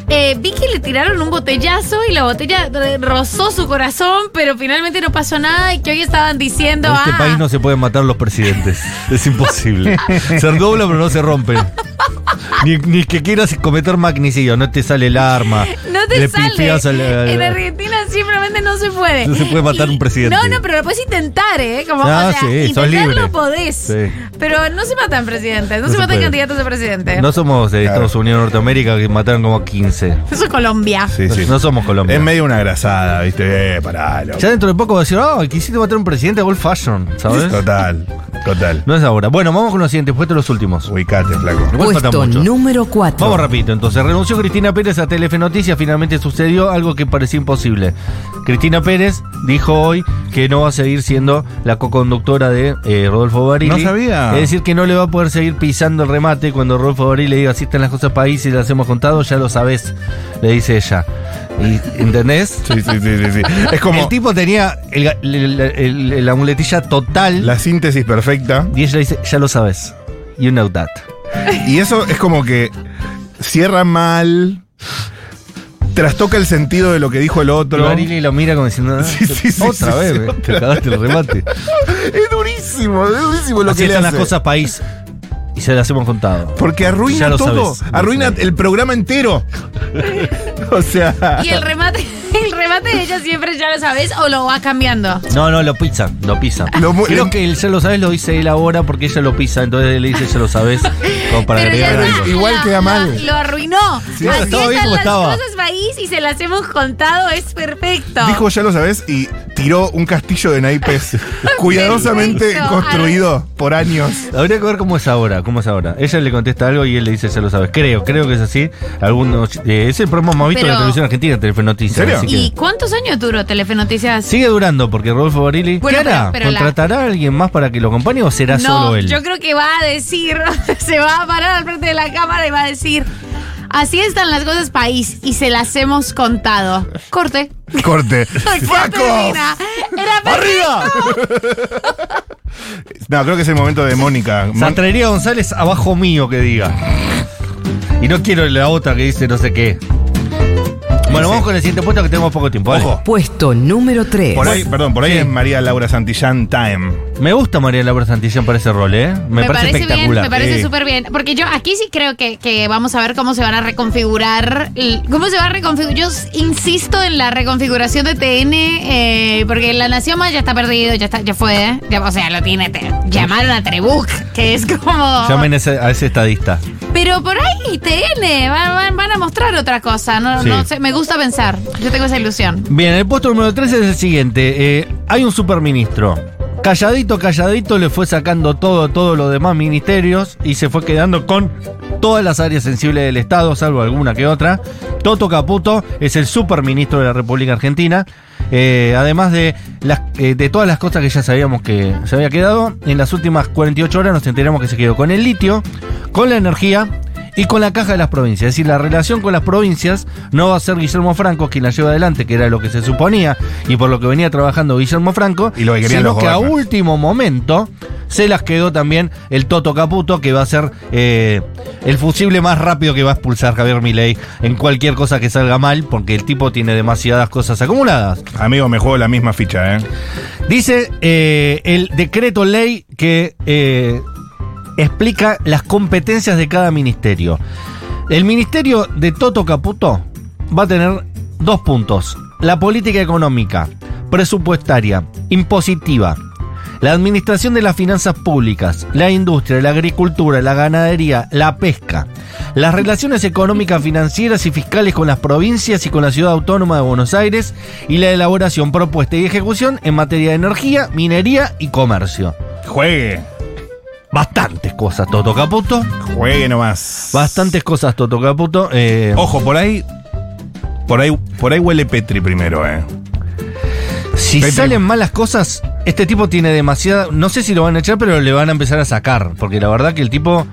[SPEAKER 3] eh, vi que le tiraron un botellazo y la botella eh, rozó su corazón, pero finalmente no pasó nada y que hoy estaban diciendo,
[SPEAKER 1] En este
[SPEAKER 3] ah,
[SPEAKER 1] país no se pueden matar los presidentes. Es
[SPEAKER 3] *laughs*
[SPEAKER 1] imposible. Se dobla pero no se rompen. Ni, ni que quieras cometer magnicidio, no te sale el arma.
[SPEAKER 3] no te
[SPEAKER 1] Le
[SPEAKER 3] sale.
[SPEAKER 1] pifias al- al-
[SPEAKER 3] en Argentina simplemente no se puede.
[SPEAKER 1] No se puede matar
[SPEAKER 3] Y-
[SPEAKER 1] un presidente.
[SPEAKER 3] No, no, pero lo puedes intentar, ¿eh? Como,
[SPEAKER 1] Ah,
[SPEAKER 3] o sea,
[SPEAKER 1] sí, sos
[SPEAKER 3] intentarlo
[SPEAKER 1] libre.
[SPEAKER 3] podés.
[SPEAKER 1] Sí.
[SPEAKER 3] Pero no se matan presidentes,
[SPEAKER 1] No
[SPEAKER 3] no, se,
[SPEAKER 1] se
[SPEAKER 3] matan
[SPEAKER 1] puede.
[SPEAKER 3] candidatos a presidente.
[SPEAKER 1] No somos de
[SPEAKER 2] Claro.
[SPEAKER 1] Estados Unidos, Norteamérica, que mataron como 15.
[SPEAKER 3] Eso es Colombia.
[SPEAKER 2] Sí, sí.
[SPEAKER 1] No somos Colombia.
[SPEAKER 2] Es medio una grasada, ¿viste? Eh, pará, loco.
[SPEAKER 1] Ya dentro de poco va a decir, ah, quisiste matar a un presidente old fashion, ¿sabes?
[SPEAKER 2] Total, total.
[SPEAKER 1] No es ahora. Bueno, vamos con los siguientes puestos, los últimos.
[SPEAKER 2] Ubicate, flaco.
[SPEAKER 1] Igual faltan
[SPEAKER 4] Puesto
[SPEAKER 1] muchos.
[SPEAKER 4] número 4.
[SPEAKER 1] Vamos rapidito, entonces. Renunció Cristina Pérez a Telefe Noticias. Finalmente sucedió algo que parecía imposible. Cristina Pérez dijo hoy que no va a seguir siendo la co-conductora de eh, Rodolfo Barili.
[SPEAKER 2] No sabía.
[SPEAKER 1] Es decir, que no le va a poder seguir pisando el remate cuando Rodolfo Barili le diga, así están las cosas país y las hemos contado, ya lo sabes, le dice ella. Y, *laughs* ¿Entendés?
[SPEAKER 2] Sí, sí, sí, sí, sí. Es como
[SPEAKER 1] El tipo tenía el ga- el- el- el- la muletilla total
[SPEAKER 2] la síntesis perfecta.
[SPEAKER 1] y ella le dice, ya lo sabes. You know that.
[SPEAKER 2] Y eso es como que cierra mal, trastoca el sentido de lo que dijo el
[SPEAKER 1] Y
[SPEAKER 2] otro.
[SPEAKER 1] Barili lo mira como diciendo, "Ah,
[SPEAKER 2] *laughs* Sí, sí, sí,
[SPEAKER 1] otra
[SPEAKER 2] sí,
[SPEAKER 1] vez,
[SPEAKER 2] sí,
[SPEAKER 1] eh,
[SPEAKER 2] otra
[SPEAKER 1] te cagaste el
[SPEAKER 2] *laughs*
[SPEAKER 1] remate.
[SPEAKER 2] Es durísimo, es durísimo lo
[SPEAKER 1] Así
[SPEAKER 2] que le
[SPEAKER 1] están las
[SPEAKER 2] hace.
[SPEAKER 1] cosas país y se las hemos contado.
[SPEAKER 2] Porque
[SPEAKER 1] Ya
[SPEAKER 2] arruina
[SPEAKER 1] lo
[SPEAKER 2] todo,
[SPEAKER 1] sabes.
[SPEAKER 2] arruina el programa entero. *laughs* o sea,
[SPEAKER 3] Y el remate, *laughs* el remate de ella siempre ya lo sabes o lo va cambiando.
[SPEAKER 1] No, no, lo pisa, lo pisa.
[SPEAKER 2] Lo mu-
[SPEAKER 1] Creo
[SPEAKER 2] le-
[SPEAKER 1] que el ya lo sabes lo dice él ahora porque ella lo pisa, entonces le dice ya lo sabes como para
[SPEAKER 3] Pero ya
[SPEAKER 1] agregar
[SPEAKER 3] está,
[SPEAKER 1] algo.
[SPEAKER 2] Igual
[SPEAKER 3] lo-
[SPEAKER 2] queda mal.
[SPEAKER 3] Lo, lo arruinó.
[SPEAKER 1] Sí,
[SPEAKER 3] Así
[SPEAKER 1] estaba bien
[SPEAKER 3] están
[SPEAKER 1] como
[SPEAKER 3] las
[SPEAKER 1] estaba.
[SPEAKER 3] cosas raíz y se las hemos contado, es perfecto.
[SPEAKER 2] Dijo, ya lo sabes, y tiró un castillo de
[SPEAKER 3] *laughs*
[SPEAKER 2] naipes cuidadosamente
[SPEAKER 3] Perfecto.
[SPEAKER 2] construido por años.
[SPEAKER 1] Habría que ver cómo es ahora, cómo es ahora. Ella le contesta algo y él le dice, ya lo sabes. Creo, creo que es así. Algunos, eh, es el programa más visto de
[SPEAKER 3] Pero-
[SPEAKER 1] la televisión argentina, Telefe Noticias.
[SPEAKER 2] ¿En serio?
[SPEAKER 1] así que-
[SPEAKER 3] ¿Y cuántos años duró Telefe Noticias?
[SPEAKER 1] Sigue durando porque Rodolfo Barili.
[SPEAKER 3] Bueno,
[SPEAKER 1] ¿Qué hará?
[SPEAKER 3] pero- pero la-
[SPEAKER 1] ¿Contratará a alguien más para que lo acompañe o será solo él?
[SPEAKER 3] yo creo que va a decir, *laughs* se va a parar al frente de la cámara y va a decir, así están las cosas país y se las hemos contado.
[SPEAKER 1] *laughs*
[SPEAKER 3] Corte. *laughs*
[SPEAKER 2] Corte.
[SPEAKER 3] Aquí
[SPEAKER 2] ¡Faco!
[SPEAKER 3] termina. Era
[SPEAKER 2] ¡Arriba! no, creo que es el momento de Mónica. Mon-
[SPEAKER 1] Santrería González abajo mío que diga. Y no quiero la otra que dice no sé qué. Bueno, vamos con el siguiente puesto que tenemos poco tiempo. dale.
[SPEAKER 2] Ojo.
[SPEAKER 4] Puesto número 3.
[SPEAKER 2] Por ahí, perdón, por ahí es María Laura Santillán Time.
[SPEAKER 1] Me gusta María Laura Santillán para ese rol, ¿eh? Me, parece,
[SPEAKER 3] bien,
[SPEAKER 1] espectacular.
[SPEAKER 3] me parece
[SPEAKER 2] Sí.
[SPEAKER 3] súper bien. Porque yo aquí sí creo que, que vamos a ver cómo se van a reconfigurar. l- ¿Cómo se va a reconfigurar? Yo s- insisto en la reconfiguración de TN, eh, porque la Nación Más ya está perdido, ya está, ya fue. eh. Ya, o sea, lo tiene. te- llamaron a Trebuch, que es como.
[SPEAKER 1] Llamen a ese, a ese estadista.
[SPEAKER 3] Pero por ahí TN, van, van- van a mostrar otra cosa. No,
[SPEAKER 1] Sí.
[SPEAKER 3] no sé, me gusta pensar. Yo tengo esa ilusión.
[SPEAKER 1] Bien, el puesto número 3 es el siguiente. Eh, hay un superministro. Calladito, calladito, le fue sacando todo, todos los demás ministerios y se fue quedando con todas las áreas sensibles del Estado, salvo alguna que otra. Toto Caputo es el superministro de la República Argentina. Eh, además de, las, eh, de todas las cosas que ya sabíamos que se había quedado, en las últimas 48 horas nos enteramos que se quedó con el litio, con la energía, y con la caja de las provincias. Es decir, la relación con las provincias no va a ser Guillermo Franco quien la lleva adelante, que era lo que se suponía y por lo que venía trabajando Guillermo Franco,
[SPEAKER 2] Y lo que querían
[SPEAKER 1] sino
[SPEAKER 2] los
[SPEAKER 1] que a
[SPEAKER 2] gobernantes.
[SPEAKER 1] último momento se las quedó también el Toto Caputo, que va a ser eh, el fusible más rápido que va a expulsar Javier Milei en cualquier cosa que salga mal, porque el tipo tiene demasiadas cosas acumuladas.
[SPEAKER 2] Amigo, me juego la misma ficha, ¿eh?
[SPEAKER 1] Dice eh, el decreto ley que eh, explica las competencias de cada ministerio. El ministerio de Toto Caputo va a tener dos puntos. La política económica, presupuestaria, impositiva. La administración de las finanzas públicas, la industria, la agricultura, la ganadería, la pesca, las relaciones económicas, financieras y fiscales con las provincias y con la ciudad autónoma de Buenos Aires y la elaboración, propuesta y ejecución en materia de energía, minería y comercio.
[SPEAKER 2] Juegue,
[SPEAKER 1] Bastantes cosas, Toto Caputo.
[SPEAKER 2] juegue nomás.
[SPEAKER 1] Bastantes cosas, Toto Caputo. Eh,
[SPEAKER 2] Ojo, por ahí. Por ahí, por ahí huele Petri primero, ¿eh?
[SPEAKER 1] Si
[SPEAKER 2] Pepe.
[SPEAKER 1] salen malas cosas, este tipo tiene demasiada. No sé si lo van a echar, pero le van a empezar a sacar. Porque la verdad que el tipo.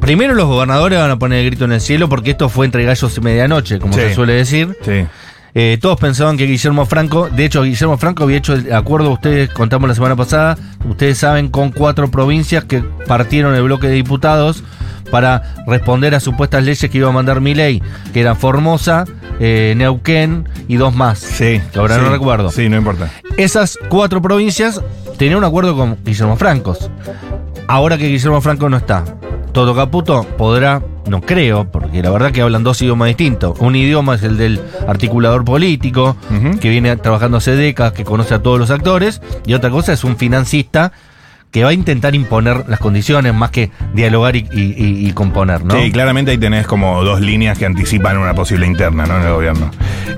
[SPEAKER 1] Primero los gobernadores van a poner el grito en el cielo porque esto fue entre gallos y medianoche, como
[SPEAKER 2] Sí.
[SPEAKER 1] se suele decir.
[SPEAKER 2] Sí.
[SPEAKER 1] Eh, todos pensaban que Guillermo Franco, de hecho Guillermo Franco había hecho el acuerdo, ustedes contamos la semana pasada, ustedes saben, con cuatro provincias que partieron el bloque de diputados para responder a supuestas leyes que iba a mandar Milei, que eran Formosa, eh, Neuquén y dos más.
[SPEAKER 2] Sí.
[SPEAKER 1] Que ahora
[SPEAKER 2] Sí.
[SPEAKER 1] no recuerdo.
[SPEAKER 2] Sí, no importa.
[SPEAKER 1] Esas cuatro provincias tenían un acuerdo con Guillermo Francos. Ahora que Guillermo Franco no está, Toto Caputo podrá, no creo, porque la verdad que hablan dos idiomas distintos. Un idioma es el del articulador político,
[SPEAKER 2] Ujú.
[SPEAKER 1] que viene trabajando hace décadas, que conoce a todos los actores, y otra cosa es un financista que va a intentar imponer las condiciones más que dialogar y, y- y- y componer, ¿no?
[SPEAKER 2] Sí, claramente ahí tenés como dos líneas que anticipan una posible interna, ¿no? En el gobierno.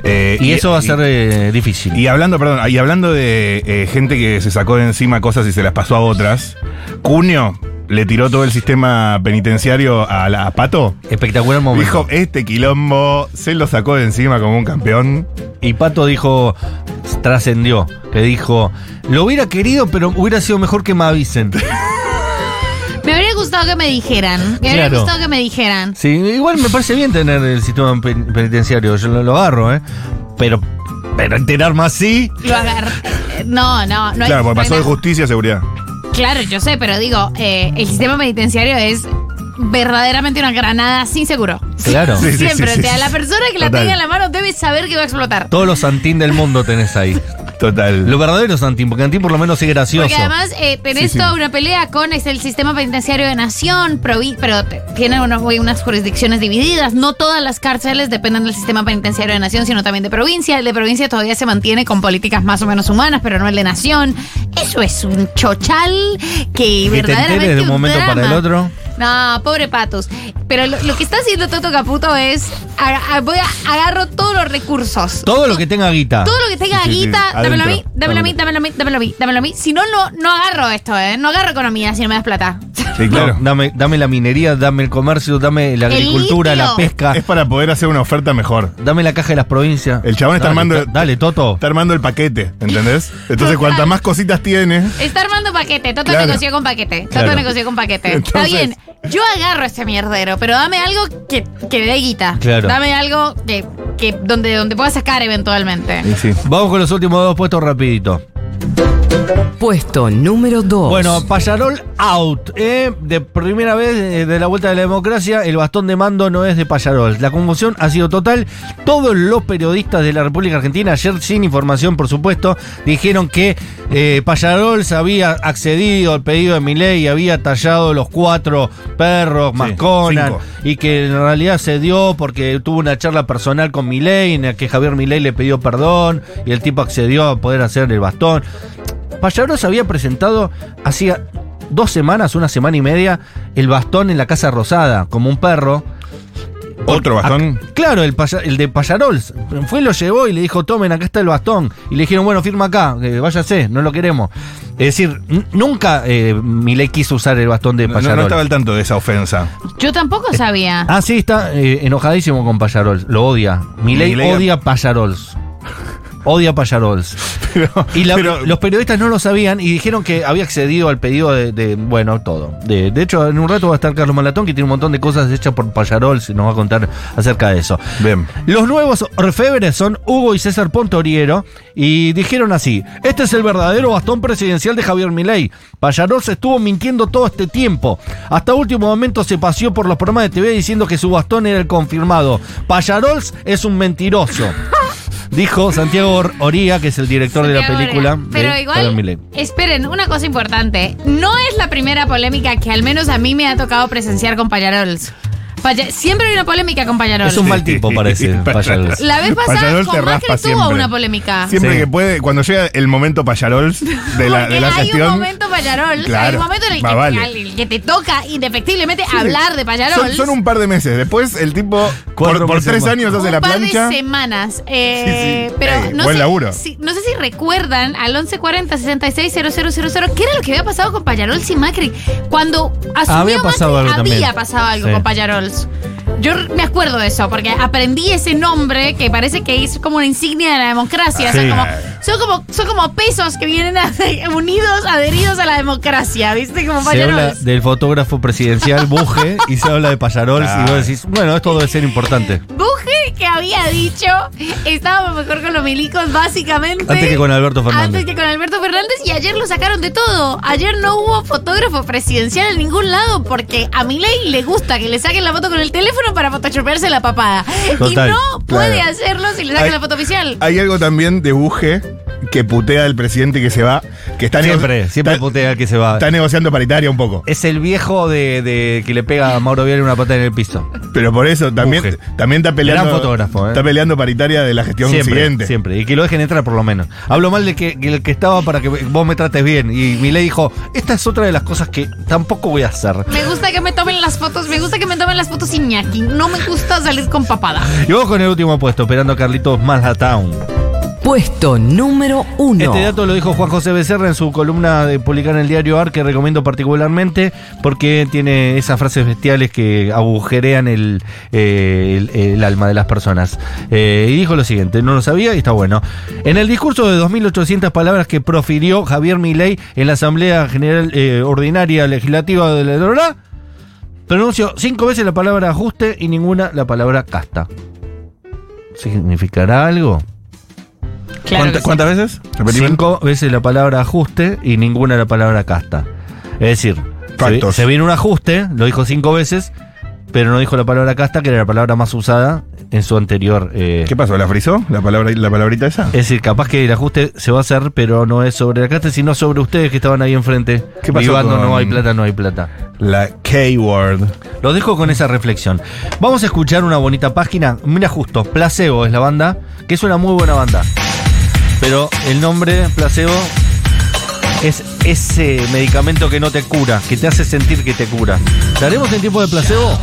[SPEAKER 2] Eh,
[SPEAKER 1] Y eso va a ser eh, difícil.
[SPEAKER 2] Y hablando, perdón, y hablando de eh, gente que se sacó de encima cosas y se las pasó a otras, Cunio le tiró todo el sistema penitenciario a, la, a Pato.
[SPEAKER 1] Espectacular momento.
[SPEAKER 2] Dijo, este quilombo se lo sacó de encima como un campeón.
[SPEAKER 1] Y Pato dijo, trascendió, que dijo, lo hubiera querido, pero hubiera sido mejor que me avisen.
[SPEAKER 3] Me habría gustado que me dijeran. Me habría
[SPEAKER 1] Claro.
[SPEAKER 3] gustado que me dijeran.
[SPEAKER 1] Sí, igual me parece bien tener el sistema pen- penitenciario, yo lo, lo agarro, ¿eh? Pero, pero enterarme así...
[SPEAKER 3] Lo agarré. No, no, no. hay-
[SPEAKER 2] claro, porque
[SPEAKER 3] no hay
[SPEAKER 2] pasó de
[SPEAKER 3] nada.
[SPEAKER 2] justicia a seguridad.
[SPEAKER 3] Claro, yo sé, pero digo, eh, el sistema penitenciario es verdaderamente una granada sin seguro.
[SPEAKER 1] Claro.
[SPEAKER 2] Sí, sí, sí,
[SPEAKER 3] Siempre,
[SPEAKER 2] sí,
[SPEAKER 3] te-
[SPEAKER 2] sí.
[SPEAKER 3] a la persona que la
[SPEAKER 2] Total.
[SPEAKER 3] tenga en la mano debe saber que va a explotar.
[SPEAKER 1] Todos los Santín del mundo tenés ahí.
[SPEAKER 2] Total.
[SPEAKER 1] Lo verdadero Santín, porque Santín por lo menos es gracioso.
[SPEAKER 3] Porque además eh, tenés
[SPEAKER 2] Sí, sí.
[SPEAKER 3] toda una pelea con es el sistema penitenciario de nación, provi- pero te- tienen unos- unas jurisdicciones divididas. No todas las cárceles dependen del sistema penitenciario de nación, sino también de provincia. El de provincia todavía se mantiene con políticas más o menos humanas, pero no el de nación. Eso es un chochal
[SPEAKER 1] que
[SPEAKER 3] que
[SPEAKER 1] te
[SPEAKER 3] verdaderamente
[SPEAKER 1] enteres de un momento
[SPEAKER 3] drama.
[SPEAKER 1] para el otro.
[SPEAKER 3] No, pobre Patos. Pero lo, lo que está haciendo Toto Caputo es. a- a- voy a- agarro todos los recursos.
[SPEAKER 1] Todo lo que tenga guita.
[SPEAKER 3] Todo lo que tenga
[SPEAKER 2] Sí, sí, sí.
[SPEAKER 3] guita, dámelo a mí,
[SPEAKER 2] Adentro,
[SPEAKER 3] dámelo a mí,
[SPEAKER 2] adentro.
[SPEAKER 3] dámelo a mí, dámelo a mí, dámelo a mí. Si no, no, no agarro esto, ¿eh? No agarro economía si no me das plata. *laughs*
[SPEAKER 2] Sí, claro.
[SPEAKER 1] No, dame, dame la minería, dame el comercio, dame la
[SPEAKER 3] El
[SPEAKER 1] agricultura, la
[SPEAKER 3] litio.
[SPEAKER 1] pesca,
[SPEAKER 2] Es para poder hacer una oferta mejor.
[SPEAKER 1] dame la caja de las provincias.
[SPEAKER 2] Eh. El chabón está
[SPEAKER 1] Dale,
[SPEAKER 2] armando-
[SPEAKER 1] to- Dale, Toto.
[SPEAKER 2] Está armando el paquete,
[SPEAKER 1] *laughs*
[SPEAKER 2] ¿entendés? Entonces, cuantas más cositas tiene.
[SPEAKER 3] Está armando paquete, Toto
[SPEAKER 2] Claro.
[SPEAKER 3] negoció con paquete, Toto
[SPEAKER 1] Claro.
[SPEAKER 3] negoció con paquete. Está
[SPEAKER 2] Entonces-
[SPEAKER 3] bien, yo agarro este mierdero, pero dame algo que, que dé guita.
[SPEAKER 1] Claro.
[SPEAKER 3] Dame algo que, que donde, donde pueda sacar eventualmente.
[SPEAKER 2] Y sí.
[SPEAKER 1] Vamos con los últimos dos puestos rapidito.
[SPEAKER 4] Puesto número 2.
[SPEAKER 1] Bueno, Payarol out. ¿eh? De primera vez eh, de la vuelta de la democracia, el bastón de mando no es de Payarol. La conmoción ha sido total. Todos los periodistas de la República Argentina, ayer sin información, por supuesto, dijeron que eh, Payarol se había accedido al pedido de Milei y había tallado los cuatro perros, masconas,
[SPEAKER 2] cinco.
[SPEAKER 1] y que en realidad se dio porque tuvo una charla personal con Milei en la que Javier Milei le pidió perdón y el tipo accedió a poder hacer el bastón. Payarol se había presentado hacía dos semanas, una semana y media, el bastón en la Casa Rosada, como un perro.
[SPEAKER 2] Otro bastón.
[SPEAKER 1] Ac- claro, el, paya- el de Payarol. Fue, lo llevó y le dijo, tomen, acá está el bastón. Y le dijeron, bueno, firma acá, eh, váyase, no lo queremos. Es decir, n- nunca eh, Milei quiso usar el bastón de
[SPEAKER 2] No,
[SPEAKER 1] Payarol.
[SPEAKER 2] no estaba al tanto de esa ofensa.
[SPEAKER 1] *laughs*
[SPEAKER 3] Yo tampoco sabía.
[SPEAKER 1] Ah, sí, está eh, enojadísimo con Payarols. Lo odia. Milei
[SPEAKER 2] Milei-
[SPEAKER 1] odia Payarols. Odia Payarols.
[SPEAKER 2] Pero,
[SPEAKER 1] Y la-
[SPEAKER 2] pero-
[SPEAKER 1] los periodistas no lo sabían y dijeron que había accedido al pedido de, de- bueno, todo. De, de hecho, en un rato va a estar Carlos Malatón, que tiene un montón de cosas hechas por Payarols y nos va a contar acerca de eso.
[SPEAKER 2] Bien.
[SPEAKER 1] Los nuevos orfebres son Hugo y César Pontoriero y dijeron así, este es el verdadero bastón presidencial de Javier Milei. Payarols estuvo mintiendo todo este tiempo. Hasta último momento se paseó por los programas de TV diciendo que su bastón era el confirmado. Payarols es un
[SPEAKER 3] *laughs*
[SPEAKER 1] mentiroso. Dijo Santiago Or- Oría, que es el director de la
[SPEAKER 3] Santiago
[SPEAKER 1] película.
[SPEAKER 3] Orea. Pero
[SPEAKER 1] de Javier Milei.
[SPEAKER 3] igual, esperen, una cosa importante. No es la primera polémica que al menos a mí me ha tocado presenciar con Payarols. Paya- Siempre hay una polémica con Payarols.
[SPEAKER 1] Es un mal tipo,
[SPEAKER 3] *laughs*
[SPEAKER 1] parece. Payarols.
[SPEAKER 3] La vez pasada
[SPEAKER 2] Payarol
[SPEAKER 3] con
[SPEAKER 2] te
[SPEAKER 3] Macri
[SPEAKER 2] raspa
[SPEAKER 3] tuvo
[SPEAKER 2] siempre.
[SPEAKER 3] una polémica.
[SPEAKER 2] Siempre
[SPEAKER 1] Sí.
[SPEAKER 2] que puede, cuando llega el momento
[SPEAKER 3] *laughs*
[SPEAKER 2] Payarols de la,
[SPEAKER 3] Porque
[SPEAKER 2] de la
[SPEAKER 3] hay
[SPEAKER 2] gestión.
[SPEAKER 3] un momento Payarols,
[SPEAKER 2] Claro,
[SPEAKER 3] hay un momento en el que,
[SPEAKER 2] más vale.
[SPEAKER 3] al- el que te toca indefectiblemente hablar de
[SPEAKER 2] son,
[SPEAKER 3] Payarols.
[SPEAKER 2] son un par de meses. Después el tipo por,
[SPEAKER 1] Cuatro
[SPEAKER 2] por
[SPEAKER 1] meses
[SPEAKER 2] tres
[SPEAKER 1] más.
[SPEAKER 2] años hace
[SPEAKER 3] un
[SPEAKER 2] la
[SPEAKER 3] par
[SPEAKER 2] plancha.
[SPEAKER 3] de semanas. eh,
[SPEAKER 2] Sí, sí.
[SPEAKER 3] Pero
[SPEAKER 2] Ey,
[SPEAKER 3] no,
[SPEAKER 2] buen
[SPEAKER 3] sé,
[SPEAKER 2] laburo.
[SPEAKER 3] si- no sé si recuerdan al 1140 660000 ¿Qué era lo que había pasado con Payarols y Macri? Cuando asumió
[SPEAKER 1] Había
[SPEAKER 3] Macri,
[SPEAKER 1] pasado algo
[SPEAKER 3] había
[SPEAKER 1] también.
[SPEAKER 3] pasado algo
[SPEAKER 1] Sí.
[SPEAKER 3] con Payarols. Yo r- me acuerdo de eso, porque aprendí ese nombre que parece que es como una insignia de la democracia.
[SPEAKER 1] Sí.
[SPEAKER 3] Son, como, son, como, son como pesos que vienen a- *laughs* unidos, adheridos a la democracia, ¿viste? Como
[SPEAKER 1] Se habla
[SPEAKER 3] Payarols.
[SPEAKER 1] del fotógrafo presidencial Buje y se habla de Payarols
[SPEAKER 3] Ah.
[SPEAKER 1] y
[SPEAKER 2] Claro.
[SPEAKER 1] vos decís, bueno, esto debe ser importante.
[SPEAKER 3] Buje que había dicho, estábamos mejor con los milicos básicamente.
[SPEAKER 1] Antes que con Alberto Fernández.
[SPEAKER 3] Antes que con Alberto Fernández y ayer lo sacaron de todo. Ayer no hubo fotógrafo presidencial en ningún lado porque a Milei le gusta que le saquen la foto con el teléfono para photoshopearse la papada.
[SPEAKER 1] Total,
[SPEAKER 3] y no puede
[SPEAKER 2] claro.
[SPEAKER 3] hacerlo si le sacan
[SPEAKER 2] Hay-
[SPEAKER 3] la foto oficial.
[SPEAKER 2] Hay algo también de Buje que putea al presidente que se va. Que está nego-
[SPEAKER 1] Siempre, siempre
[SPEAKER 2] está-
[SPEAKER 1] putea al que se va.
[SPEAKER 2] Está negociando paritaria un poco.
[SPEAKER 1] Es el viejo de, de- que le pega a Mauro Viale una pata en el piso.
[SPEAKER 2] Pero por eso también,
[SPEAKER 1] Buje.
[SPEAKER 2] también está peleando.
[SPEAKER 1] Gran fotógrafo, ¿eh?
[SPEAKER 2] Está peleando paritaria de la gestión
[SPEAKER 1] Siempre,
[SPEAKER 2] siguiente.
[SPEAKER 1] siempre. Y que lo dejen entrar por lo menos. Hablo mal de que, que el que estaba para que vos me trates bien. Y Milei dijo, esta es otra de las cosas que tampoco voy a hacer.
[SPEAKER 3] Me gusta que me tomen las fotos, me gusta que me tomen las fotos Iñaki. No me gusta salir con papada.
[SPEAKER 1] Y vamos con el último puesto, esperando a Carlitos Manhattan.
[SPEAKER 4] Puesto número 1.
[SPEAKER 1] Este dato lo dijo Juan José Becerra en su columna de publicar en el diario AR, que recomiendo particularmente porque tiene esas frases bestiales que agujerean el, eh, el- el alma de las personas. Eh, y dijo lo siguiente, no lo sabía y está bueno. En el discurso de 2.800 palabras que profirió Javier Milei en la Asamblea General eh, Ordinaria Legislativa de la Dorá, pronunció cinco veces la palabra ajuste y ninguna la palabra casta. ¿Significará algo?
[SPEAKER 2] ¿Cuánta- ¿Cuántas veces? Repetime.
[SPEAKER 1] Cinco veces la palabra ajuste y ninguna la palabra casta. Es decir, se, vi-
[SPEAKER 2] Factos.
[SPEAKER 1] se viene un ajuste, lo dijo cinco veces, pero no dijo la palabra casta, que era la palabra más usada en su anterior. eh,
[SPEAKER 2] ¿Qué pasó? ¿La frizó? ¿La, palabra, la palabrita esa?
[SPEAKER 1] es decir, capaz que el ajuste se va a hacer, pero no es sobre la casta, sino sobre ustedes que estaban ahí enfrente.
[SPEAKER 2] ¿Qué pasó
[SPEAKER 1] vivando,
[SPEAKER 2] con-
[SPEAKER 1] no hay plata, no hay plata.
[SPEAKER 2] La K-word.
[SPEAKER 1] Lo dejo con esa reflexión. Vamos a escuchar una bonita página. Mira justo, Placebo es la banda, que es una muy buena banda. Pero el nombre Placebo es ese medicamento que no te cura, que te hace sentir que te cura.
[SPEAKER 7] ¿Daremos el tiempo de placebo?